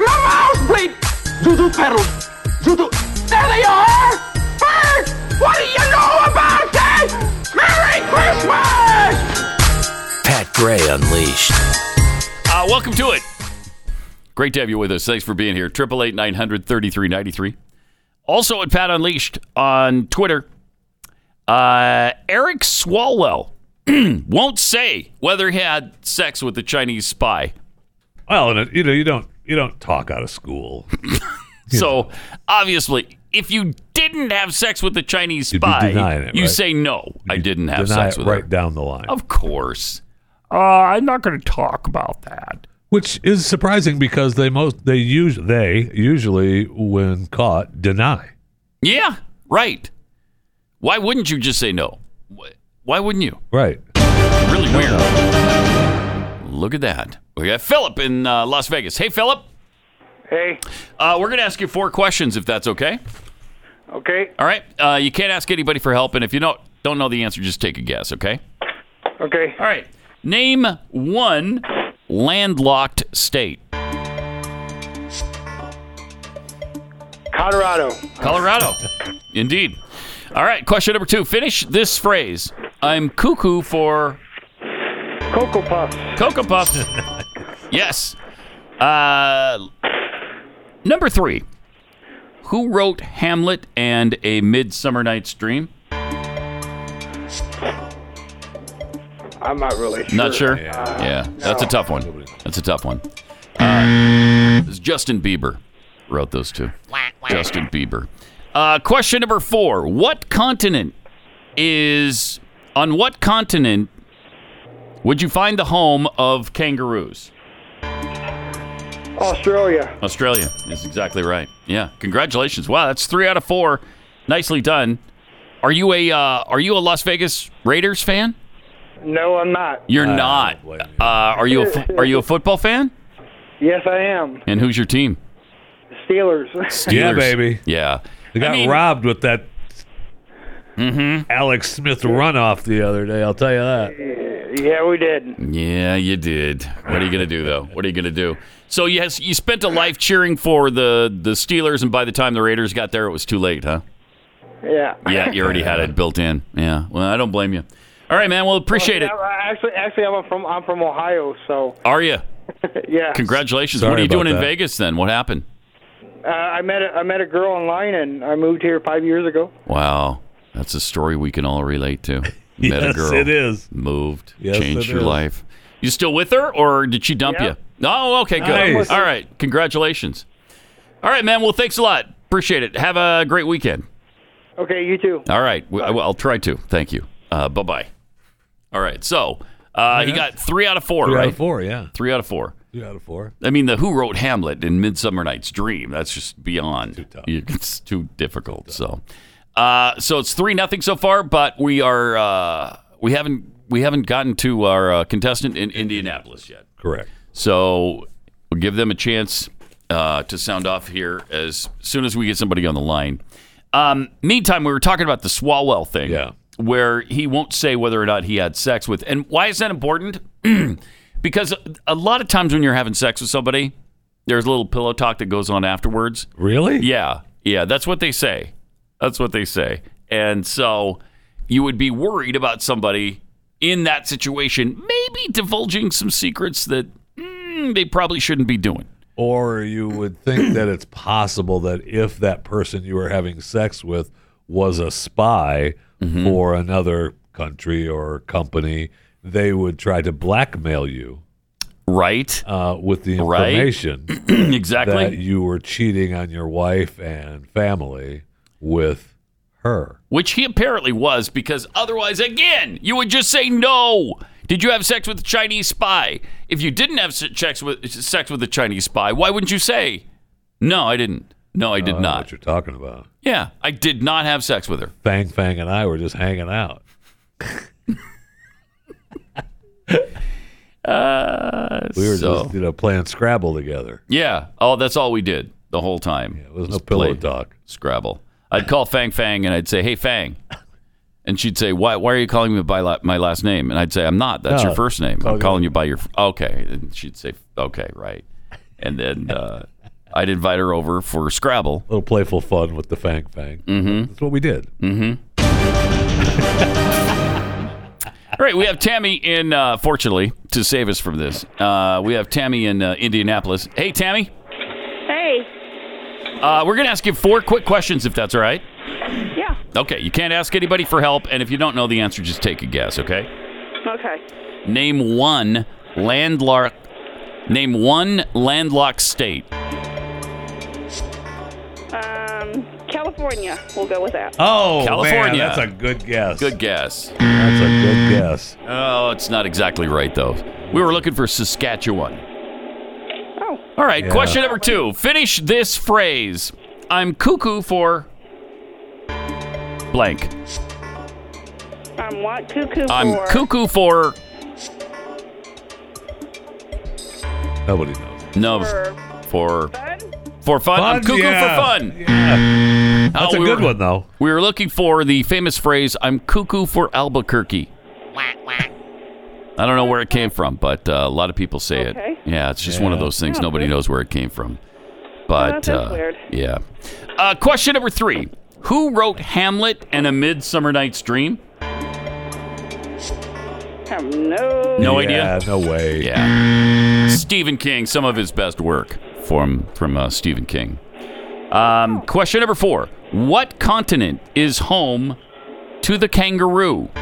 S2: My mouth bleed! Voodoo pedals! Voodoo... There they are! Bert! What do you know about that? Merry Christmas!
S7: Pat Gray Unleashed.
S3: Uh, welcome to it. Great to have you with us. Thanks for being here. Triple eight nine hundred thirty three ninety three. Also at Pat Unleashed on Twitter, uh, Eric Swalwell [CLEARS THROAT] won't say whether he had sex with the Chinese spy.
S4: Well, and it, you know, you don't you don't talk out of school.
S3: so obviously, if you didn't have sex with the Chinese
S4: You'd be
S3: spy,
S4: denying it,
S3: you
S4: right?
S3: say no, I didn't have
S4: Deny
S3: sex
S4: it
S3: with
S4: right
S3: her. Oh.
S4: down the line.
S3: Of course, uh, I'm not going to talk about that.
S4: Which is surprising because they most they use they usually when caught deny.
S3: Yeah, right. Why wouldn't you just say no? Wh- Why wouldn't you?
S18: Right.
S3: Really weird. Look at that. We got Philip in uh, Las Vegas. Hey, Philip.
S14: Hey.
S3: Uh, we're going to ask you four questions, if that's okay.
S14: Okay.
S3: All right. Uh, you can't ask anybody for help, and if you don't don't know the answer, just take a guess. Okay.
S14: Okay.
S3: All right. Name one landlocked state.
S14: Colorado.
S3: [LAUGHS] Colorado. Indeed. All right. Question number two. Finish this phrase. I'm cuckoo for
S14: Cocoa Puffs.
S3: Cocoa Puffs. [LAUGHS] yes. Uh, number three. Who wrote Hamlet and A Midsummer Night's Dream?
S14: I'm not really sure.
S3: Not sure.
S14: Uh,
S3: yeah, that's a
S14: no.
S3: tough one. That's a tough one. Uh, it's Justin Bieber wrote those two. Justin Bieber. Uh, question number four: What continent is on? What continent would you find the home of kangaroos?
S14: Australia.
S3: Australia is exactly right. Yeah, congratulations! Wow, that's three out of four. Nicely done. Are you a uh, Are you a Las Vegas Raiders fan?
S14: No, I'm not.
S3: You're not. Uh, are you? A, fo- are you a football fan?
S14: Yes, I am.
S3: And who's your team?
S14: Steelers. [LAUGHS]
S4: Yeah,
S3: Steelers.
S4: baby.
S3: Yeah.
S4: They got
S14: mean-
S4: robbed with that
S3: Mm-hmm.
S4: Alex Smith runoff the other day. I'll tell you that.
S14: yeah, we did.
S3: Yeah, you did. What are you gonna do though? What are you gonna do? So yes, you spent a life cheering for the the Steelers, and by the time the Raiders got there, it was too late, huh?
S14: Yeah.
S3: Yeah, you already had it built in. Yeah. Well, I don't blame you. All right, man. Well, appreciate it.
S14: I- I- Actually, actually, I'm from I'm from Ohio, so
S3: Are you?
S14: [LAUGHS] yeah.
S3: Congratulations.
S4: Sorry
S3: what are you
S4: about
S3: doing in
S4: that.
S3: Vegas then? What happened?
S14: Uh, I met a, I met a girl online, and I moved here five years ago.
S3: Wow, that's a story we can all relate
S4: [LAUGHS]
S3: to. Met a
S4: Yes,
S3: girl.
S4: it is.
S3: Moved.
S4: Yes,
S3: changed
S4: it
S3: your
S4: is.
S3: life. You still with her, or did she dump
S4: Yeah.
S3: you? Oh, okay, good.
S4: Nice.
S3: All right, congratulations. All right, man. Well, thanks a lot. Appreciate it. Have a great weekend.
S14: Okay, you too.
S3: All right, w- I- I'll try to. Thank you. Uh, bye bye. All right, so uh, you got three out of four,
S4: Three
S3: right?
S4: out of four, yeah.
S3: Three out of four.
S4: Two out of four.
S3: I mean, the who wrote Hamlet and Midsummer Night's Dream? That's just beyond. [LAUGHS] It's too, difficult. So, uh, so it's three nothing so far, but we are uh, we haven't we haven't gotten to our uh, contestant in Indianapolis yet.
S4: Correct.
S3: So we'll give them a chance uh, to sound off here as soon as we get somebody on the line. Um, meantime, we were talking about the Swalwell thing, yeah. where he won't say whether or not he had sex with. And why is that important? [CLEARS THROAT] because a lot of times when you're having sex with somebody, there's a little pillow talk that goes on afterwards.
S4: Really?
S3: Yeah. Yeah. That's what they say. That's what they say. And so you would be worried about somebody in that situation, maybe divulging some secrets that mm, they probably shouldn't be doing.
S4: Or you would
S3: [CLEARS THROAT]
S4: think that it's possible that if that person you were having sex with was a spy
S3: Mm-hmm.
S4: for another country or company, they would try to blackmail you. [CLEARS THROAT]
S3: Right. [CLEARS THROAT]
S4: Uh, with the
S3: Right.
S4: information.
S3: [CLEARS THROAT] Exactly.
S4: That you were cheating on your wife and family with her.
S3: Which he apparently was, because otherwise, again, you would just say no. Did you have sex with a Chinese spy? If you didn't have se- sex with sex with a Chinese spy, why wouldn't you say, "No, I didn't. No, I did
S4: Uh,
S3: not.
S4: What you're talking about.
S3: Yeah, I did not have sex with her."
S4: Fang Fang and I were just hanging out.
S3: Uh,
S4: We were
S3: so-
S4: just, you know, playing Scrabble together.
S3: Yeah. Oh, that's all we did the whole time. it was
S4: no pillow
S3: talk. Scrabble. I'd call Fang Fang and I'd say, "Hey Fang," and she'd say, "Why? Why are you calling me by la- my last name?" And I'd say, "I'm not. That's
S4: No,
S3: your first name.
S4: it's all
S3: I'm
S4: good.
S3: calling you by your f- okay." And she'd say, "Okay, right." And then uh, I'd invite her over for Scrabble.
S4: A little playful fun with the Fang Fang.
S3: Mm-hmm.
S4: That's what we did.
S3: Mm-hmm. All right, we have Tammy in. Uh, fortunately, to save us from this, uh, we have Tammy in uh, Indianapolis. Hey, Tammy.
S8: Hey,
S3: Uh, we're going to ask you four quick questions, if that's all right.
S8: Yeah.
S3: Okay. You can't ask anybody for help, and if you don't know the answer, just take a guess. Okay.
S8: okay.
S3: Name one landlocked. Name one landlocked state.
S8: Um, California, we'll go with that.
S4: Oh,
S3: California.
S4: man, that's a good guess.
S3: Good guess.
S4: That's a good guess.
S3: Oh, it's not exactly right though. We were looking for Saskatchewan. Oh. All right.
S4: Yeah.
S3: Question number two. Finish this phrase. I'm cuckoo for blank.
S8: I'm what cuckoo for.
S3: I'm cuckoo for
S4: Nobody knows.
S3: no for for fun. I'm
S4: Fun?
S3: cuckoo
S4: Yeah.
S3: for fun. Oh,
S4: That's a good one, though.
S3: We were looking for the famous phrase "I'm cuckoo for Albuquerque." I don't know where it came from, but uh, a lot of people say
S8: Okay.
S3: it. Yeah, it's just one of those things
S8: Yeah,
S3: nobody
S8: weird.
S3: knows where it came from. But
S8: that is
S3: uh,
S8: weird.
S3: yeah. Uh, question number three: Who wrote Hamlet and A Midsummer Night's Dream?
S8: Have no.
S3: No
S4: Yeah,
S3: idea. No way. Yeah. Stephen King, some of his best work from from uh, Stephen King. Um, question number four: What continent is home to the kangaroo?
S8: A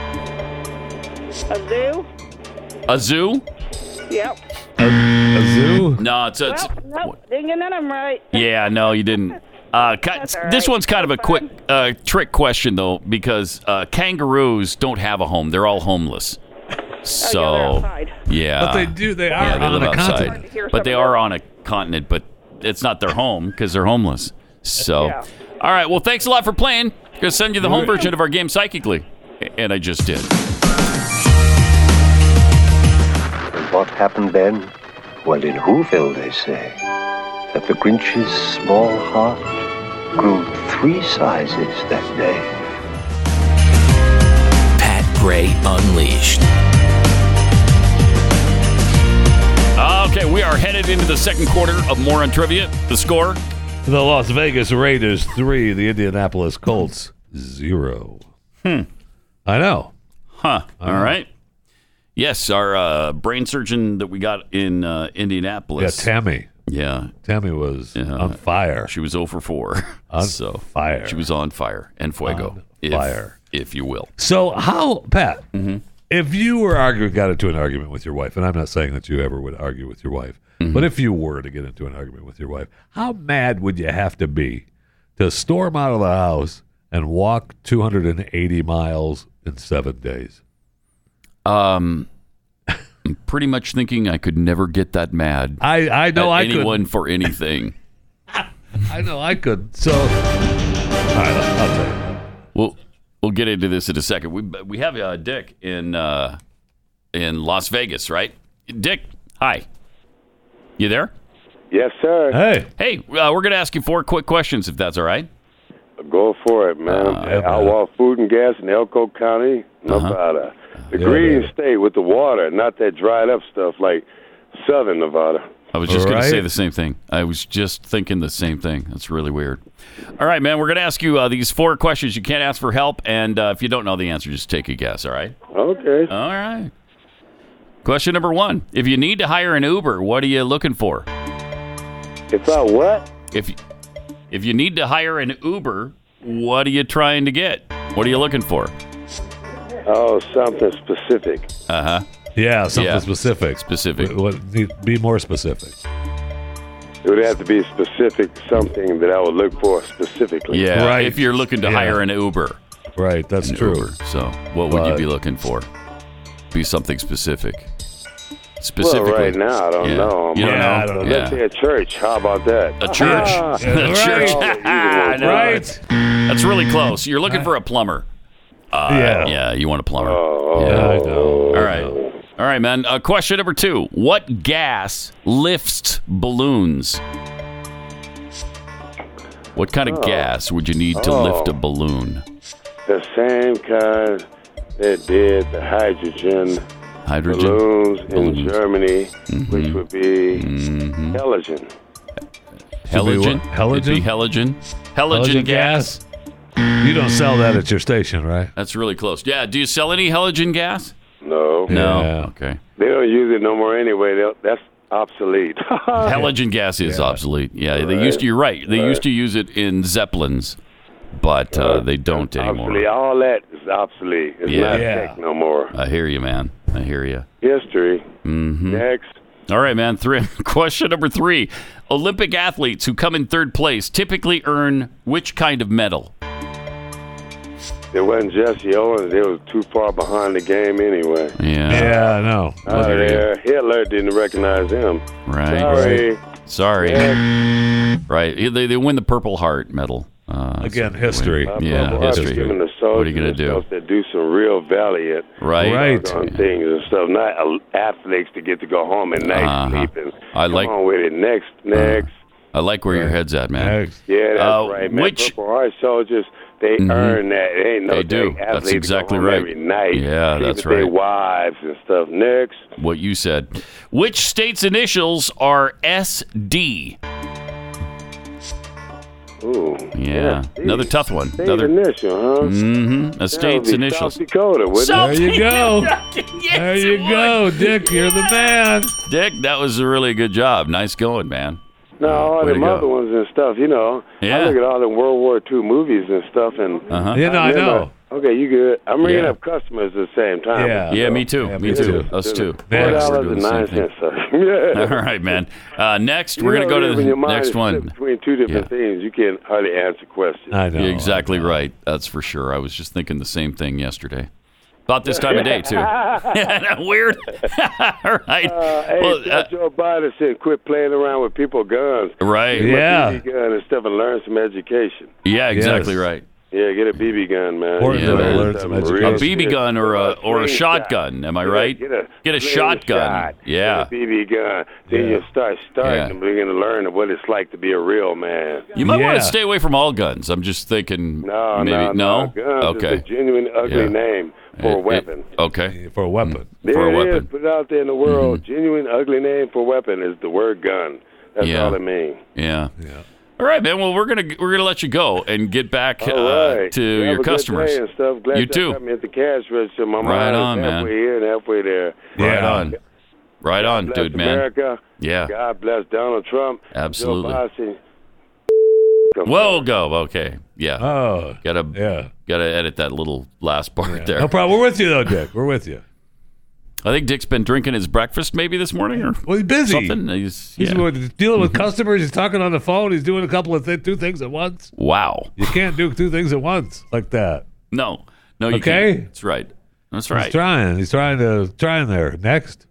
S8: zoo?
S3: A zoo?
S8: Yep.
S3: A, zoo? No, it's, it's
S8: Nope. Didn't get none of them right.
S3: yeah, no, you didn't. Uh, ki- This one's kind of a quick uh, trick question though, because uh, kangaroos don't have a home; they're all homeless.
S4: Oh,
S8: Oh,
S3: So yeah,
S4: But they do- they
S3: Yeah,
S4: are
S3: they
S4: on
S3: live
S4: a
S3: outside.
S4: continent. Hard to hear
S3: But they are on a continent, but it's not their home because they're homeless. So, all right. Well, thanks a lot for playing. Gonna send you the home version of our game psychically, A- and I just did.
S19: And what happened then? Well, in Whoville, they say that the Grinch's small heart grew three sizes that day.
S11: Pat Gray Unleashed.
S3: Okay, we are headed into the second quarter of more on trivia. The score.
S4: The Las Vegas Raiders three, the Indianapolis Colts zero.
S3: Hmm.
S4: I know.
S3: Huh. All
S4: Uh,
S3: right. Yes, our uh, brain surgeon that we got in uh, Indianapolis.
S4: Yeah, Tammy.
S3: Yeah.
S4: Tammy was on fire.
S3: She was 0 for 4. [LAUGHS]
S4: On
S3: so
S4: fire.
S3: She was on fire and fuego.
S4: On
S3: if,
S4: fire.
S3: If you will.
S4: So how, Pat?
S3: Mm-hmm.
S4: If you were arguing, got into an argument with your wife, and I'm not saying that you ever would argue with your wife,
S3: Mm-hmm.
S4: but if you were to get into an argument with your wife, how mad would you have to be to storm out of the house and walk 280 miles in seven days?
S3: Um, I'm pretty much thinking I could never get that mad.
S4: I, I know
S3: at
S4: I couldn't.
S3: anyone for anything.
S4: I know I could. So, all right, I'll tell you.
S3: We'll we'll get into this in a second. We but we have uh, Dick in uh, in Las Vegas, right? Dick, hi. You there?
S14: Yes, sir.
S4: Hey.
S3: Hey, uh, we're going to ask you four quick questions if that's all right.
S14: Go for it, man. Outlaw food and gas in Elko County,
S3: Uh-huh.
S14: Nevada. The
S3: Yeah,
S14: green state with the water, not that dried up stuff like southern Nevada.
S3: I was just
S14: All
S3: going to say
S14: right.
S3: the same thing. I was just thinking the same thing. That's really weird. All right, man, we're going to ask you uh, these four questions. You can't ask for help, and uh, if you don't know the answer, just take a guess. All right.
S14: Okay.
S3: All right. Question number one: If you need to hire an Uber, what are you looking for?
S14: If I what?
S3: If if you need to hire an Uber, what are you trying to get? What are you looking for?
S14: Oh, something specific.
S3: Uh huh.
S4: Yeah, something
S3: Yeah.
S4: specific.
S3: Specific.
S4: What, what- be more specific.
S14: It would have to be specific, something that I would look for specifically.
S3: Yeah. If you're looking to
S14: Yeah.
S3: hire an Uber.
S4: Right. That's
S3: an
S4: true.
S3: Uber. So, what would you
S14: But-
S3: be looking for? Be something specific.
S14: Well,
S3: Specifically.
S14: right now, I don't
S3: Yeah.
S14: know.
S3: You don't know?
S14: Let's say a church. How about that? [LAUGHS]
S3: A church. [LAUGHS]
S14: Ah,
S3: a church.
S14: Oh,
S3: [LAUGHS] I know.
S14: Right.
S3: That's- That's really close. You're looking for a plumber. Uh,
S4: Yeah.
S3: Yeah. You want a plumber. yeah.
S14: Oh,
S3: I
S4: Oh.
S3: know. All right. All right, man. Uh, question number two What gas lifts balloons? What kind of
S14: Oh.
S3: gas would you need to lift a
S14: Oh.
S3: balloon?
S14: The same kind that did the hydrogen,
S3: Hydrogen
S14: balloons in
S3: balloons. Mm-hmm.
S14: Germany, which would be halogen.
S3: Halogen?
S4: Halogen?
S3: It'd be halogen. Halogen,
S4: Halogen
S3: gas.
S4: You don't sell that at your station, right?
S3: That's really close. Yeah. Do you sell any halogen gas?
S14: No.
S3: No. Okay.
S14: They don't use it no more anyway. They'll, that's obsolete. [LAUGHS]
S3: Halogen gas is obsolete. Yeah. They used to. You're right. They used to use it in zeppelins, but uh, they don't anymore.
S14: Obsolete. All that is obsolete. It's
S3: Yeah.
S14: not
S3: Yeah.
S14: tech no more.
S3: I hear you, man. I hear you.
S14: History.
S3: Mm-hmm.
S14: Next.
S3: All right, man. Three. [LAUGHS] Question number three: Olympic athletes who come in third place typically earn which kind of medal?
S14: It wasn't Jesse Owens. They was too far behind the game anyway.
S4: Yeah, I know.
S14: Out of there. Hitler didn't recognize him.
S3: Right.
S14: Sorry.
S3: Sorry. Right. They, they win the Purple Heart medal. Uh,
S4: Again,
S3: so-
S4: history.
S3: Yeah,
S11: Well,
S3: history.
S11: I'm giving the soldiers
S3: What are you going to do?
S11: and stuff That do some real valiant,
S3: Right. Right.
S11: on things and stuff. Not uh, athletes to get to go home at night
S3: Uh-huh.
S11: sleep and
S3: I
S11: come
S3: like- Uh-huh.
S11: on with it. Next, next.
S3: I like where your head's at, man.
S11: Yeah, that's
S3: Uh,
S11: right, man.
S3: Which
S11: Purple Heart soldiers, they
S3: Mhm.
S11: earn that. It ain't no
S3: They do.
S11: thing.
S3: That's
S11: Athletes go
S3: exactly
S11: home
S3: right.
S11: Every night,
S3: Yeah,
S11: sleep
S3: that's
S11: with Their
S3: right.
S11: wives and stuff. Next.
S3: what you said. Which state's initials are SD?
S11: Ooh.
S3: Yeah,
S11: SD.
S3: another tough one.
S11: State's
S3: Another
S11: initial, huh?
S3: Mm-hmm. A state's
S11: be
S3: initials.
S11: South Dakota, wouldn't
S3: South
S11: it?
S4: There you go.
S3: Yes,
S4: there you go, Dick. You're the man.
S3: Dick, that was a really good job. Nice going, man.
S11: No, all
S3: way to
S11: them
S3: go.
S11: other ones and stuff. You know,
S3: Yeah.
S11: I look at all the World War II movies and stuff, and
S3: Uh-huh. Yeah, no, I
S11: remember-
S3: know.
S11: Okay, you good? I'm reading
S3: Yeah.
S11: up customers at the same time.
S3: Yeah, me too. me too. Us too.
S11: Four
S3: We're
S11: dollars
S3: doing
S11: and
S3: the
S11: nine
S3: same thing.
S11: cents. Yeah.
S3: [LAUGHS]
S11: [LAUGHS]
S3: All right, man. Uh, next,
S11: You
S3: we're going to
S11: know,
S3: go
S11: when
S3: to
S11: your
S3: the
S11: mind is
S3: next one.
S11: Between two different things, you can hardly answer questions.
S3: You're exactly right. That's for sure. I was just thinking the same thing yesterday. About this time of day,
S11: [LAUGHS]
S3: too. [LAUGHS] Weird. [LAUGHS] All right.
S11: Uh,
S3: uh,
S11: hey, Joe Biden said, "Quit playing around with people's guns."
S3: Right.
S11: Get
S3: Yeah.
S11: A BB gun and stuff, and learn some education.
S3: Yeah, exactly right.
S11: Yeah, get a BB gun, man.
S3: Or
S11: yeah, man.
S3: a BB gun or a or a shotgun. Am I right?
S11: Get a,
S3: Get a shotgun.
S11: slingshot,
S3: Yeah.
S11: Get a BB gun. Then
S3: Yeah.
S11: you start starting
S3: Yeah.
S11: and begin to learn what it's like to be a real man.
S3: You might want to stay away from all guns. I'm just thinking.
S11: No,
S3: maybe
S11: no, no. Guns
S3: okay.
S11: is a genuine ugly
S3: Yeah.
S11: name for
S3: It-
S11: a
S3: it-
S11: weapon.
S3: okay.
S4: For a weapon.
S11: There
S3: for a
S11: it is.
S3: weapon. Mm-hmm.
S11: Put it out there in the world. Genuine ugly name for weapon is the word gun. That's
S3: Yeah.
S11: all it means.
S3: Yeah. Yeah. All right, man. Well, we're gonna we're gonna let you go and get back uh, to
S11: You have
S3: your
S11: a good
S3: customers.
S11: day and stuff. Glad
S3: You
S11: y'all
S3: too.
S11: got me at the cash register. My
S3: Right
S11: mind is
S3: on, man.
S11: halfway here and halfway there.
S3: Mm. Right on. Right on,
S11: Bless
S3: dude, man.
S11: America.
S3: Yeah.
S11: God bless Donald Trump.
S3: Absolutely.
S11: Joe Biden.
S3: Whoa, go. Okay. Yeah.
S4: Oh.
S3: Gotta
S4: yeah.
S3: Gotta edit that little last part there.
S4: No problem. We're with you though, Dick. We're with you.
S3: I think Dick's been drinking his breakfast maybe this morning or
S4: well, he's busy.
S3: Something. He's,
S4: He's
S3: yeah. Mm-hmm.
S4: with- dealing with customers. He's talking on the phone. He's doing a couple of th- two things at once.
S3: Wow.
S4: You can't do two things at once like that.
S3: No. No, you
S4: Okay.
S3: can't. That's right. That's
S4: He's
S3: right.
S4: trying. He's trying to trying there. Next.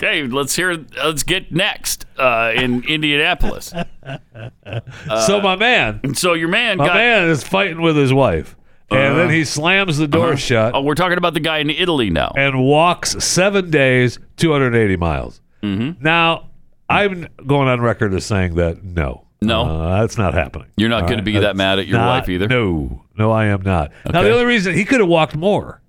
S3: Okay, let's hear. Let's get next uh, in Indianapolis.
S4: so my man,
S3: So your man
S4: my
S3: Uh, got. Uh-huh.
S4: man is fighting with his wife, and then he slams the door shut.
S3: Oh, we're talking about the guy in Italy now.
S4: And walks seven days, 280 miles. Mm-hmm. Now, I'm going on record as saying that no,
S3: No.
S4: Uh, that's not happening.
S3: You're not
S4: All
S3: gonna be that
S4: that's
S3: mad at your
S4: not-
S3: wife either?
S4: No, no, I am not. Now, the
S3: Okay.
S4: only reason he could have walked more,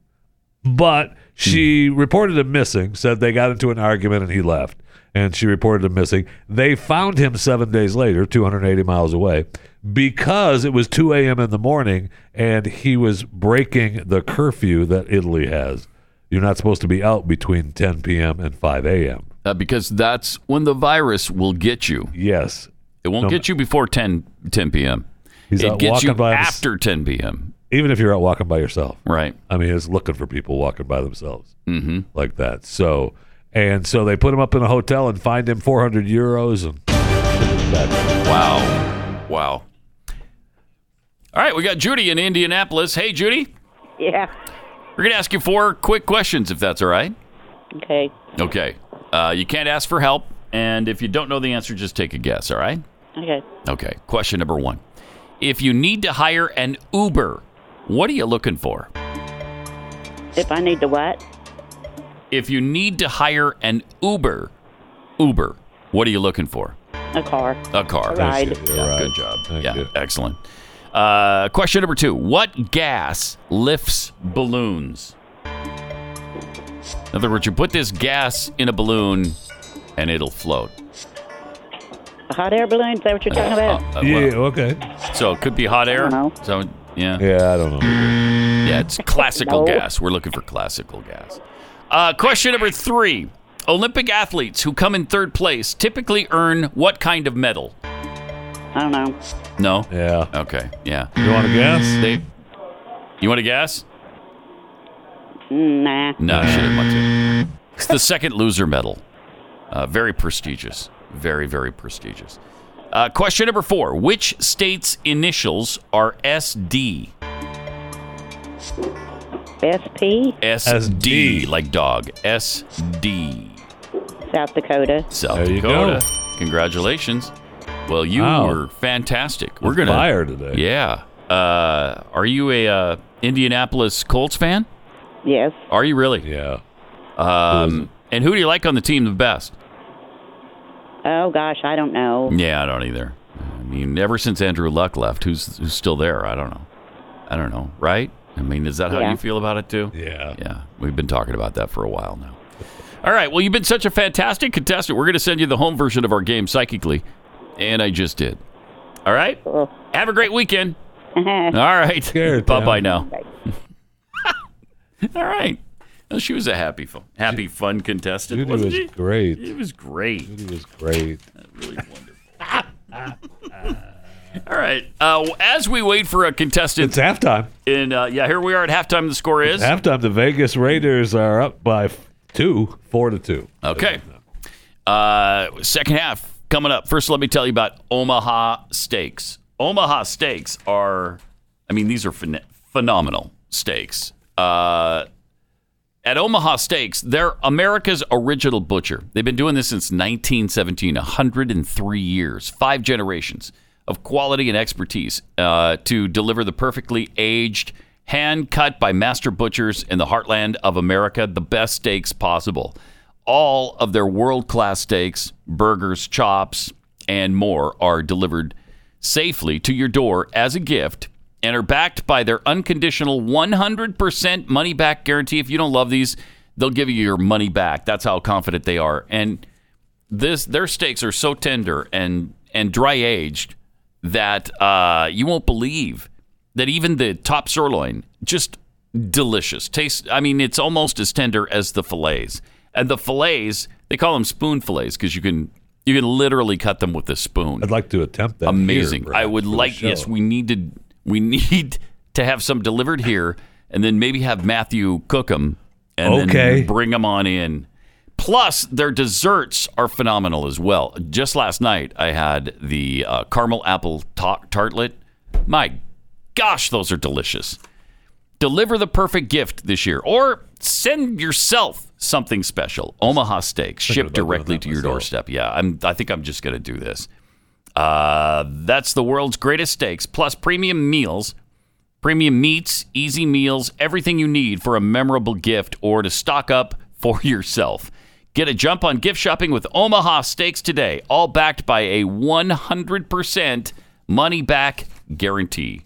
S4: but she
S3: Hmm.
S4: reported him missing. Said they got into an argument and he left, and she reported him missing. They found him seven days later, 280 miles away, because it was 2 a.m. in the morning and he was breaking the curfew that Italy has. You're not supposed to be out between 10 p.m. and 5 a.m.
S3: Uh, because that's when the virus will get you.
S4: Yes.
S3: It won't
S4: No.
S3: get you before 10, 10 p.m.
S4: He's
S3: it
S4: out
S3: gets
S4: walking
S3: you
S4: by him-
S3: after 10 p.m.
S4: even if you're out walking by yourself.
S3: Right.
S4: I mean, it's looking for people walking by themselves
S3: Mm-hmm.
S4: like that. So, and so they put him up in a hotel and fined him 400 euros. And
S3: Wow. Wow. All right, we got Judy in Indianapolis. Hey, Judy.
S1: Yeah.
S3: We're going to ask you four quick questions, if that's all right.
S1: Okay.
S3: Okay. Uh, you can't ask for help. And if you don't know the answer, just take a guess, all right?
S1: Okay.
S3: Okay. Question number one If you need to hire an Uber, what are you looking for?
S1: If I need to what?
S3: If you need to hire an Uber, Uber, what are you looking for?
S1: A car.
S3: A car.
S1: A ride. Thank you.
S3: Yeah,
S1: A
S3: Good job. yeah, excellent. Uh, question number two What gas lifts balloons? In other words, you put this gas in a balloon and it'll float.
S1: A hot air balloon? Is that what you're talking about?
S3: Uh, well,
S4: okay.
S3: So it could be hot air.
S1: I don't
S3: So yeah.
S4: Yeah, I don't know.
S1: [LAUGHS]
S3: Yeah, it's classical
S1: No.
S3: gas. We're looking for classical gas. Uh, question number three: Olympic athletes who come in third place typically earn what kind of medal?
S1: I don't know.
S3: No.
S4: Yeah.
S3: Okay. Yeah.
S4: You want to guess?
S3: They. You want to guess?
S1: Nah.
S3: No, she didn't want to. It's the second loser medal. Uh, very prestigious. Very, very prestigious. Uh, question number four: Which state's initials are SD?
S1: SP?
S3: SD, like dog. SD.
S1: South Dakota.
S3: South
S1: There you
S3: Dakota. Congratulations. Well, you
S4: Wow.
S3: were fantastic. We're
S4: Was
S3: gonna
S4: fire today.
S3: Yeah. Uh, are you a uh, Indianapolis Colts fan?
S1: Yes.
S3: Are you really?
S4: Yeah.
S3: Um, and who do you like on the team the best?
S1: Oh gosh, I don't know.
S3: Yeah, I don't either. I mean, ever since Andrew Luck left, who's who's still there? I don't know. I don't know, right? I mean, is that how
S1: Yeah.
S3: you feel about it too?
S4: Yeah.
S3: Yeah. We've been talking about that for a while now. All right. Well, you've been such a fantastic contestant. We're going to send you the home version of our game psychically, and I just did. All right. Have a great weekend. All right. Bye bye now. [LAUGHS] All right. Well, she was a happy, fun, happy, fun contestant.
S4: Judy
S3: wasn't
S4: was
S3: she?
S4: great.
S3: It was great.
S4: It was great.
S3: Really wonderful. [LAUGHS] All right. Uh, as we wait for a contestant,
S4: It's halftime.
S3: in uh, yeah, here we are at halftime. The score is
S4: Halftime, the Vegas Raiders are up by f- two, four to two.
S3: Okay. Uh, second half coming up. First, let me tell you about Omaha Steaks. Omaha Steaks are, I mean, these are phen- phenomenal steaks. Uh, at Omaha Steaks, they're America's original butcher. They've been doing this since 1917, 103 years, five generations of quality and expertise uh, to deliver the perfectly aged, hand cut by master butchers in the heartland of America, the best steaks possible. All of their world class steaks, burgers, chops, and more are delivered safely to your door as a gift and are backed by their unconditional 100% money back guarantee. If you don't love these, they'll give you your money back. That's how confident they are. And this their steaks are so tender and and dry aged that uh, you won't believe that even the top sirloin just delicious taste i mean it's almost as tender as the fillets and the fillets they call them spoon fillets because you can you can literally cut them with a spoon
S4: I'd like to attempt that. here,
S3: amazing
S4: Brad,
S3: i would
S4: for the
S3: like
S4: show.
S3: yes we need to we [LAUGHS] need to have some delivered here and then maybe have matthew cook them and
S4: Okay.
S3: then bring them on in plus their desserts are phenomenal as well just last night i had the uh, caramel apple ta- tartlet my gosh those are delicious deliver the perfect gift this year or send yourself something special omaha steaks shipped directly to your doorstep yeah i'm i think i'm just going to do this uh, that's the world's greatest steaks plus premium meals premium meats easy meals everything you need for a memorable gift or to stock up for [LAUGHS] yourself get a jump on gift shopping with omaha steaks today all backed by a 100% money back guarantee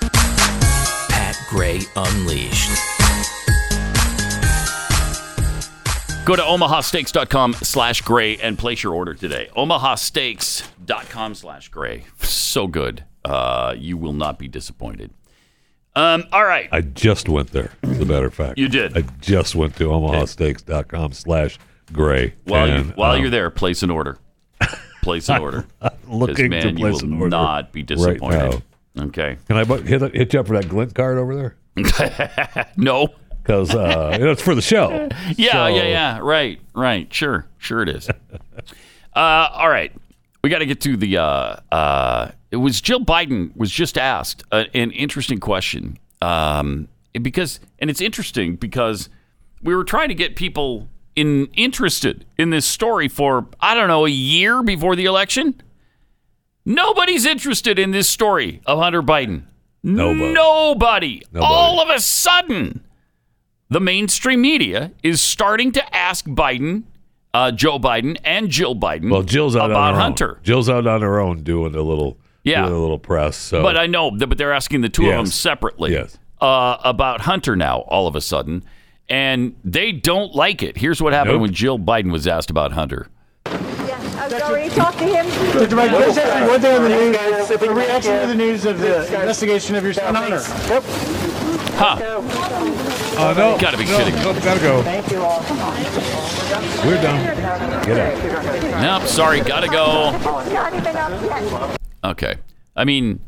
S13: Pat Gray Unleashed.
S3: Go to omahasteaks.com slash gray and place your order today. omahasteaks.com slash gray. So good. Uh, you will not be disappointed. Um, all right.
S4: I just went there, as a matter of fact.
S3: You did.
S4: I just went to omahasteaks.com slash gray.
S3: While, you,
S4: and,
S3: while
S4: um,
S3: you're there, place an order. Place
S4: [LAUGHS]
S3: an order.
S4: looking to
S3: 'Cause, man,
S4: place
S3: you
S4: an
S3: will
S4: order
S3: not be
S4: right
S3: disappointed. okay.
S4: Can I bu- hit, hit you up for that glint card over there?
S3: no. [LAUGHS]
S4: Because uh, you know, it's for the show.
S3: Yeah,
S4: So-
S3: yeah, yeah. Right, right. Sure, sure it is. [LAUGHS] uh, all right. We got to get to the. Uh, uh, it was Jill Biden was just asked a, an interesting question um, because, and it's interesting because we were trying to get people in interested in this story for I don't know a year before the election. Nobody's interested in this story of Hunter Biden.
S4: Nobody.
S3: Nobody.
S4: Nobody.
S3: All of a sudden, the mainstream media is starting to ask Biden, uh, Joe Biden, and Jill Biden
S4: Well, Jill's out on
S3: about
S4: her own.
S3: Hunter.
S4: Jill's out on her own doing a little,
S3: Yeah.
S4: doing a little press. So,
S3: But I know, th- but they're asking the two of them
S4: Yes.
S3: separately
S4: Yes.
S3: uh, about Hunter now, all of a sudden. And they don't like it. Here's what happened
S4: Nope.
S3: when Jill Biden was asked about Hunter.
S20: I'm sorry, talk to him.
S5: Mr. Mike, let's ask you one thing on the news, the reaction to the news of the investigation of your son Hunter.
S3: Huh.
S4: Oh, no.
S3: Gotta be
S4: No,
S3: kidding.
S4: no, gotta go.
S20: Thank you all.
S4: We're done. Get out.
S3: Nope, sorry, gotta go.
S20: Not even up yet.
S3: Okay. I mean,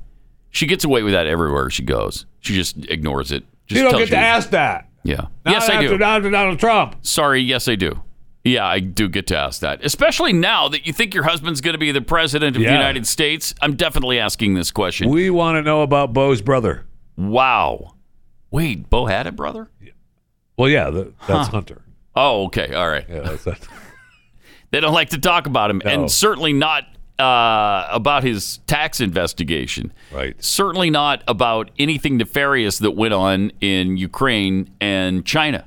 S3: she gets away with that everywhere she goes. She just ignores it. Just
S4: you don't
S3: tells
S4: get to ask that.
S3: Yeah.
S4: Not
S3: yes, I
S4: after
S3: do.
S4: Donald, Donald Trump.
S3: Sorry, yes, I do. Yeah, I do get to ask that, especially now that you think your husband's going to be the president of the
S4: Yeah.
S3: United States. I'm definitely asking this question.
S4: We want to know about Bo's brother.
S3: Wow. Wait, Bo had a brother?
S4: Well, yeah, that, that's
S3: Huh.
S4: Hunter.
S3: Oh, okay. All right.
S4: Yeah, that's that.
S3: they don't like to talk about him,
S4: No.
S3: and certainly not uh, about his tax investigation.
S4: Right.
S3: Certainly not about anything nefarious that went on in Ukraine and China.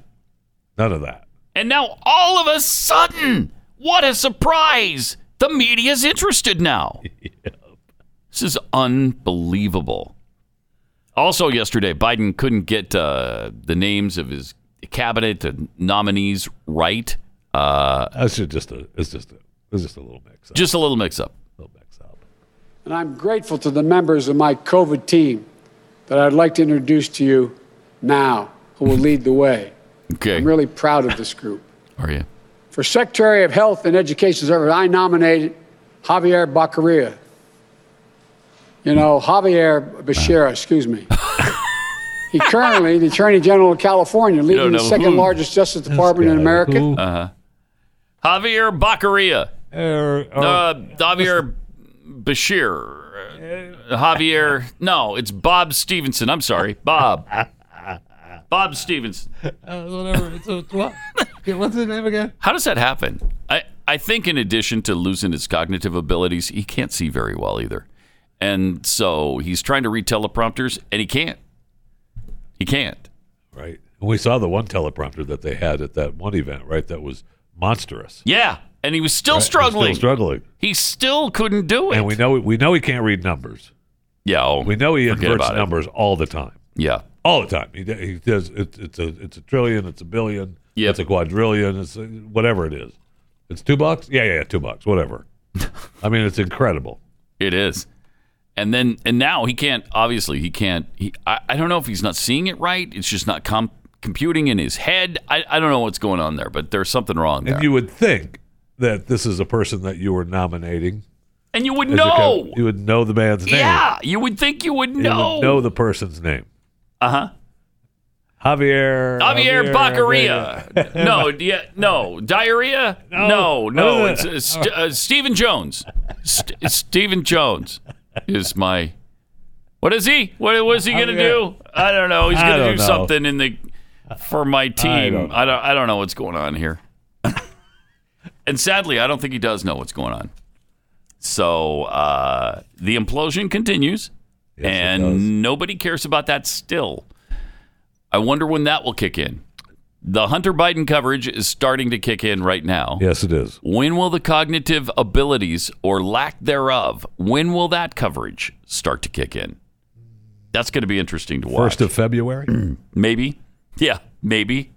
S4: None of that.
S3: And now, all of a sudden, what a surprise! The media's
S5: [LAUGHS]
S3: interested now. This is unbelievable. Also, yesterday, Biden couldn't get uh, the names of his cabinet and nominees right. Uh,
S4: That's just a, it's just a, it's just a little mix.
S3: Just a little mix up.
S5: And I'm grateful to the members of my COVID team that I'd like to introduce to you now, who will lead the way.
S3: Okay.
S5: I'm really proud of this group.
S3: Are you?
S5: For Secretary of Health and Education Service, I nominated Javier Baccaria. You know, Javier Becerra, excuse me. he currently, the Attorney General of California, leading the
S3: know
S5: second
S3: who.
S5: largest Justice Department in America.
S3: Uh huh. Javier Baccaria.
S4: Oh.
S3: uh, Javier Bashir. Uh, Javier. No, it's Bob Stevenson. I'm sorry. Bob. Bob Stevenson.
S4: whatever. It's a, what? [LAUGHS] What's his name again?
S3: How does that happen? I, I think, in addition to losing his cognitive abilities, he can't see very well either. And so he's trying to read teleprompters and he can't. He can't.
S4: Right. And we saw the one teleprompter that they had at that one event, right? That was monstrous.
S3: Yeah. And he was still
S4: Right? He's
S3: struggling.
S4: Still struggling.
S3: He still couldn't do it.
S4: And we know we know he can't read numbers.
S3: Yeah.
S4: we know he
S3: forget
S4: inverts
S3: about it.
S4: numbers all the time.
S3: Yeah.
S4: All the time. He, d- he does. It, it's a it's a trillion. It's a billion.
S3: Yep.
S4: It's a quadrillion. It's a, whatever it is. It's two bucks. Yeah, yeah, yeah, two
S3: [LAUGHS]
S4: bucks. Whatever. I mean, it's incredible.
S3: It is. And then and now he can't. Obviously, he can't. He, I, I don't know if he's not seeing it right. It's just not com- computing in his head. I, I don't know what's going on there, but there's something wrong there.
S4: And you would think that this is a person that you were nominating.
S3: And you would
S4: as a
S3: know.
S4: co- you would know the man's name.
S3: yeah, you would think you would
S4: You
S3: know.
S4: would know the person's name.
S3: Uh huh.
S4: Javier.
S3: Javier Baccaria.
S4: [LAUGHS]
S3: no, yeah, no. Diarrhea? No, no.
S4: No. What
S3: It's
S4: is it?
S3: uh, St- uh, Stephen Jones. St- Stephen Jones is my. What is he? What was he going to do?
S4: Javier.
S3: I don't know. He's
S4: I
S3: going to do
S4: don't know.
S3: something in the for my team. I
S4: don't
S3: don't. I don't, know what's going on here. and sadly, I don't think he does know what's going on. So uh, the implosion continues, and nobody cares about that still. I wonder when that will kick in. The Hunter Biden coverage is starting to kick in right now.
S4: Yes, it is.
S3: When will the cognitive abilities or lack thereof, when will that coverage start to kick in? That's going to be interesting to watch.
S4: First
S3: [CLEARS THROAT]
S4: of February.
S3: Maybe. Yeah, maybe.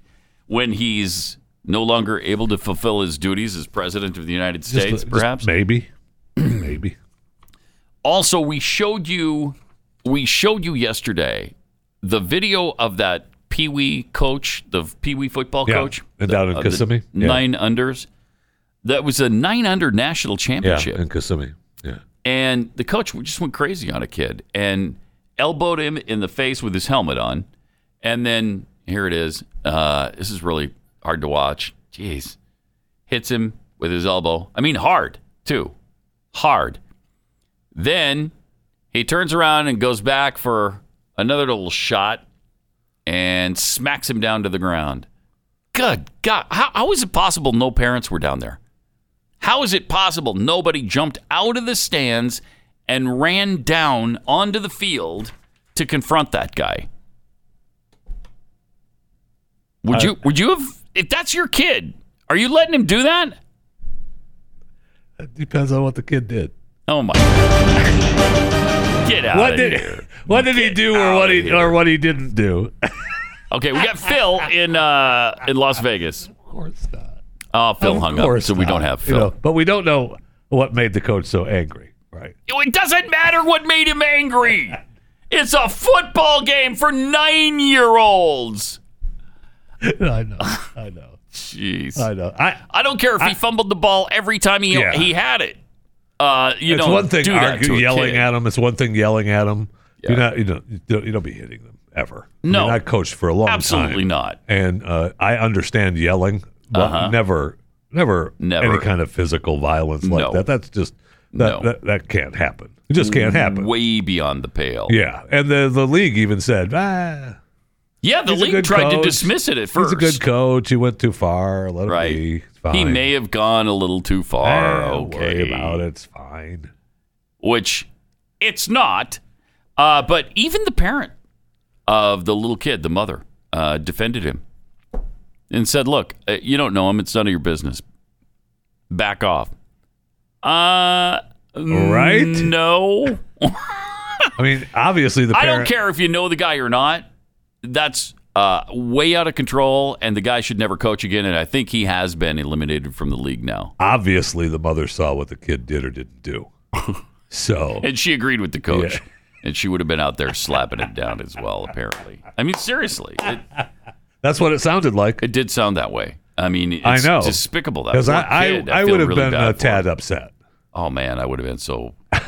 S3: When he's no longer able to fulfill his duties as president of the United
S4: Just-
S3: States,
S4: just
S3: perhaps. [CLEARS THROAT]
S4: Maybe. maybe.
S3: Also, we showed you we showed you yesterday the video of that Pee Wee coach, the Pee Wee football
S4: Yeah,
S3: coach,
S4: and down in
S3: the
S4: Kissimmee. Yeah.
S3: nine unders. That was a nine under national championship,
S4: Yeah, in Kissimmee. Yeah.
S3: and the coach just went crazy on a kid and elbowed him in the face with his helmet on, and then here it is. Uh, this is really hard to watch. Jeez, hits him with his elbow. I mean, hard too, hard. Then he turns around and goes back for another little shot and smacks him down to the ground. Good God. How, how is it possible no parents were down there? How is it possible nobody jumped out of the stands and ran down onto the field to confront that guy? Would
S4: I-
S3: you would you have if that's your kid, are you letting him do that?
S4: It depends on what the kid did.
S3: Oh my Get out
S4: What
S3: of
S4: did
S3: here.
S4: [LAUGHS] what did he do or what he or what he didn't do?
S3: Okay, we got Phil in uh, in Las Vegas. Of
S4: course
S3: not. Oh, Phil
S4: Of
S3: hung up,
S4: course
S3: so we don't
S4: not,
S3: have
S4: you
S3: Phil.
S4: know, but we don't know what made the coach so angry.
S3: [LAUGHS]
S4: Right.
S3: It doesn't matter what made him angry. It's a football game for nine year olds.
S4: I know. I know.
S3: Jeez.
S4: I know. Uh, I,
S3: I don't care if he fumbled the ball every time he
S4: Yeah.
S3: he had it. Uh, you
S4: it's
S3: don't
S4: one thing
S3: do that
S4: argue-
S3: to a
S4: yelling
S3: kid.
S4: at him. It's one thing yelling at him. You're not, you don't, you don't, you don't be hitting them ever.
S3: No.
S4: I, mean, I coached for a long
S3: Absolutely
S4: time.
S3: not.
S4: And uh, I understand yelling, but
S3: Uh-huh.
S4: never, never,
S3: Never.
S4: any kind of physical violence like
S3: No.
S4: that. That's just that,
S3: No.
S4: that that can't happen. It just can't happen.
S3: Way beyond the pale.
S4: Yeah, and the the league even said, ah,
S3: Yeah, the
S4: he's a
S3: league
S4: good
S3: tried to
S4: coach.
S3: dismiss it at first.
S4: He's a good coach. He went too far. Let him
S3: Right.
S4: be. It's
S3: He
S4: fine.
S3: may have gone a little too far.
S4: Eh, don't
S3: okay.
S4: worry about it. It's fine.
S3: Which it's not. Uh, but even the parent of the little kid, the mother, uh, defended him and said, Look, uh, you don't know him. It's none of your business. Back off. Uh,
S4: Right?
S3: No.
S4: I mean, obviously the
S3: I
S4: parent,
S3: don't care if you know the guy or not. That's uh, way out of control, and the guy should never coach again. And I think he has been eliminated from the league now.
S4: Obviously, the mother saw what the kid did or didn't do. [LAUGHS] So
S3: And she agreed with the coach, and she would have been out there slapping him down as well. Apparently, I mean, seriously, it,
S4: that's what it sounded like.
S3: it did sound that way. I mean, it's
S4: I know.
S3: despicable. That
S4: Because
S3: poor
S4: I, I,
S3: kid.
S4: I,
S3: feel
S4: would have
S3: really
S4: been
S3: bad
S4: a
S3: for
S4: tad upset.
S3: Oh man, I would have been
S4: [LAUGHS]
S3: so. I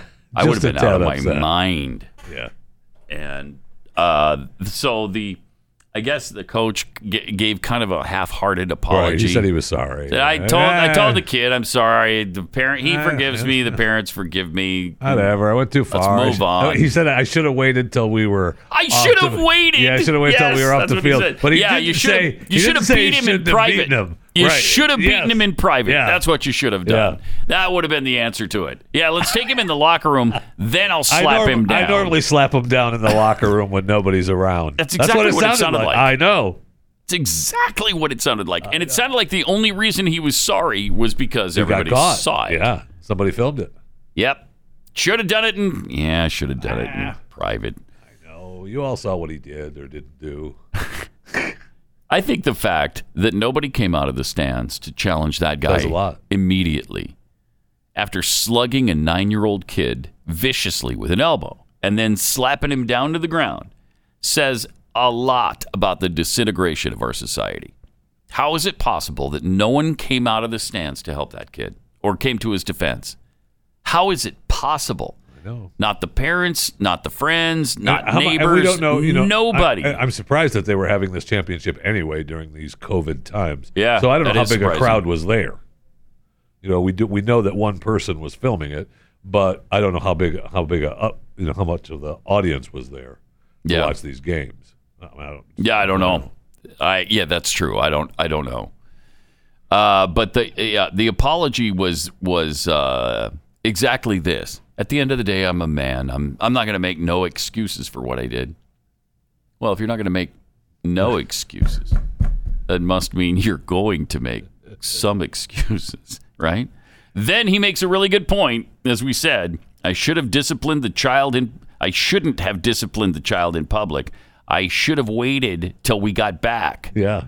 S4: Just
S3: would have
S4: a
S3: been out of
S4: tad
S3: my
S4: upset.
S3: mind.
S4: Yeah.
S3: And uh, so the, I guess the coach g- gave kind of a half-hearted apology.
S4: Right, he said he was sorry.
S3: Said, I told I told the kid I'm sorry. The parent he
S4: Ah,
S3: forgives me. The parents forgive me.
S4: Whatever. I went too far.
S3: Let's move on.
S4: He said I should have waited till we were.
S3: I
S4: off
S3: should
S4: the-
S3: have waited.
S4: Yeah, I should have waited till
S3: Yes,
S4: we were off
S3: that's
S4: the
S3: what he
S4: field.
S3: said.
S4: but he
S3: yeah,
S4: didn't
S3: you should
S4: say,
S3: have
S4: he
S3: you should
S4: didn't
S3: have
S4: say
S3: beat him
S4: he
S3: in
S4: shouldn't have
S3: private.
S4: beaten him.
S3: You
S4: Right.
S3: should have
S4: Yes.
S3: beaten him in private.
S4: Yeah.
S3: That's what you should have done. That would have been the answer to it. Yeah, let's take him in the locker room. Then I'll slap
S4: I norm-
S3: him down.
S4: I normally slap him down in the locker room when nobody's around.
S3: That's exactly
S4: what it sounded, like. I know.
S3: It's exactly what it sounded like, and it sounded like the only reason he was sorry was because
S4: He got
S3: everybody
S4: caught.
S3: saw it.
S4: Yeah, somebody filmed it.
S3: Yep. Should have done it in yeah. Should have done it
S4: Ah.
S3: in private.
S4: Oh, you all saw what he did or didn't do.
S3: I think the fact that nobody came out of the stands to challenge that guy
S4: Says a lot.
S3: immediately after slugging a nine year old kid viciously with an elbow and then slapping him down to the ground says a lot about the disintegration of our society. How is it possible that no one came out of the stands to help that kid or came to his defense? How is it possible?
S4: know.
S3: Not the parents, not the friends, not
S4: How mu-
S3: neighbors.
S4: and we don't know. You know,
S3: nobody.
S4: I, am surprised that they were having this championship anyway during these COVID times.
S3: Yeah,
S4: So I don't know
S3: that
S4: how
S3: is
S4: big a
S3: surprising.
S4: crowd was there. You know, we do we know that one person was filming it, but I don't know how big how big a up you know how much of the audience was there to
S3: Yeah.
S4: watch these games. I mean, I don't,
S3: Yeah, I don't know. I yeah, that's true. I don't I don't know. Uh, but the yeah, the apology was was uh, exactly this. At the end of the day, I'm a man. I'm I'm not going to make no excuses for what I did. Well, if you're not going to make no excuses, that must mean you're going to make some excuses, right? Then he makes a really good point, as we said. I should have disciplined the child in. I shouldn't have disciplined the child in public. I should have waited till we got back.
S4: Yeah.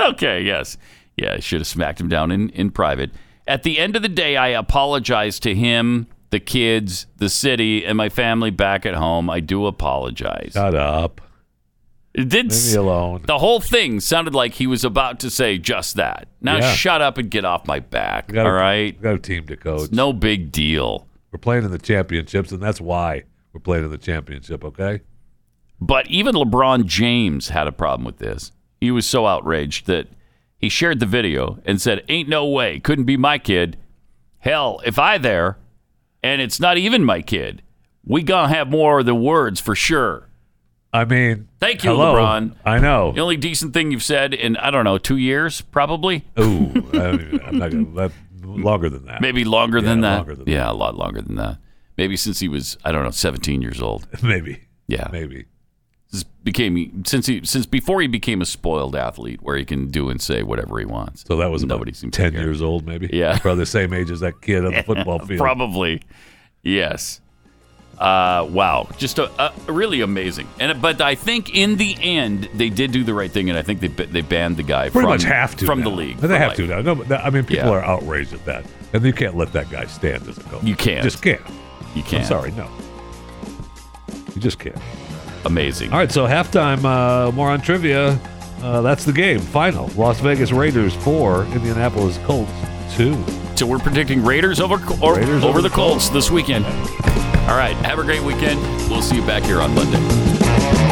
S3: Okay, yes. Yeah, I should have smacked him down in, in private. At the end of the day, I apologize to him, the kids, the city, and my family back at home. I do apologize.
S4: Shut up.
S3: It did
S4: Leave
S3: s-
S4: me alone.
S3: The whole thing sounded like he was about to say just that. Now
S4: Yeah.
S3: shut up and get off my back.
S4: We got
S3: all
S4: a-
S3: right.
S4: we got a team to coach.
S3: It's no big deal.
S4: We're playing in the championships, and that's why we're playing in the championship. Okay.
S3: But even LeBron James had a problem with this. He was so outraged that he shared the video and said, "Ain't no way, couldn't be my kid. Hell, if I there, and it's not even my kid, we gonna have more of the words for sure."
S4: I mean,
S3: Thank you,
S4: hello.
S3: LeBron.
S4: I know.
S3: The only decent thing you've said in I don't know two years, probably.
S4: Ooh, I don't even, I'm not gonna, that, [LAUGHS] longer than that.
S3: Maybe longer than that.
S4: longer than
S3: yeah, a lot longer than that. Maybe since he was, I don't know, 17 years old.
S4: [LAUGHS] Maybe.
S3: Yeah.
S4: Maybe.
S3: This became since he since before he became a spoiled athlete where he can do and say whatever he wants.
S4: So that was
S3: nobody
S4: about
S3: seemed
S4: ten years old, maybe.
S3: Yeah.
S4: probably the same age as that
S3: [LAUGHS]
S4: kid on the football field.
S3: Probably. Yes. Uh, wow. Just a, a, really amazing. And but I think in the end they did do the right thing and I think they ba- they banned the guy
S4: Pretty
S3: from
S4: much have to
S3: from
S4: now.
S3: the league.
S4: They
S3: for
S4: have
S3: life.
S4: to now. No, but that- I mean, people
S3: Yeah.
S4: are outraged at that, and you can't let that guy stand as a coach.
S3: You can't.
S4: Just can't.
S3: You can't.
S4: I'm sorry, no. You just can't.
S3: Amazing.
S4: All right, so halftime. Uh, more on trivia. Uh, that's the game. Final: Las Vegas Raiders four, Indianapolis Colts two.
S3: So we're predicting Raiders over or,
S4: Raiders
S3: over, the Colts this weekend. All All right. Have a great weekend. We'll see you back here on Monday.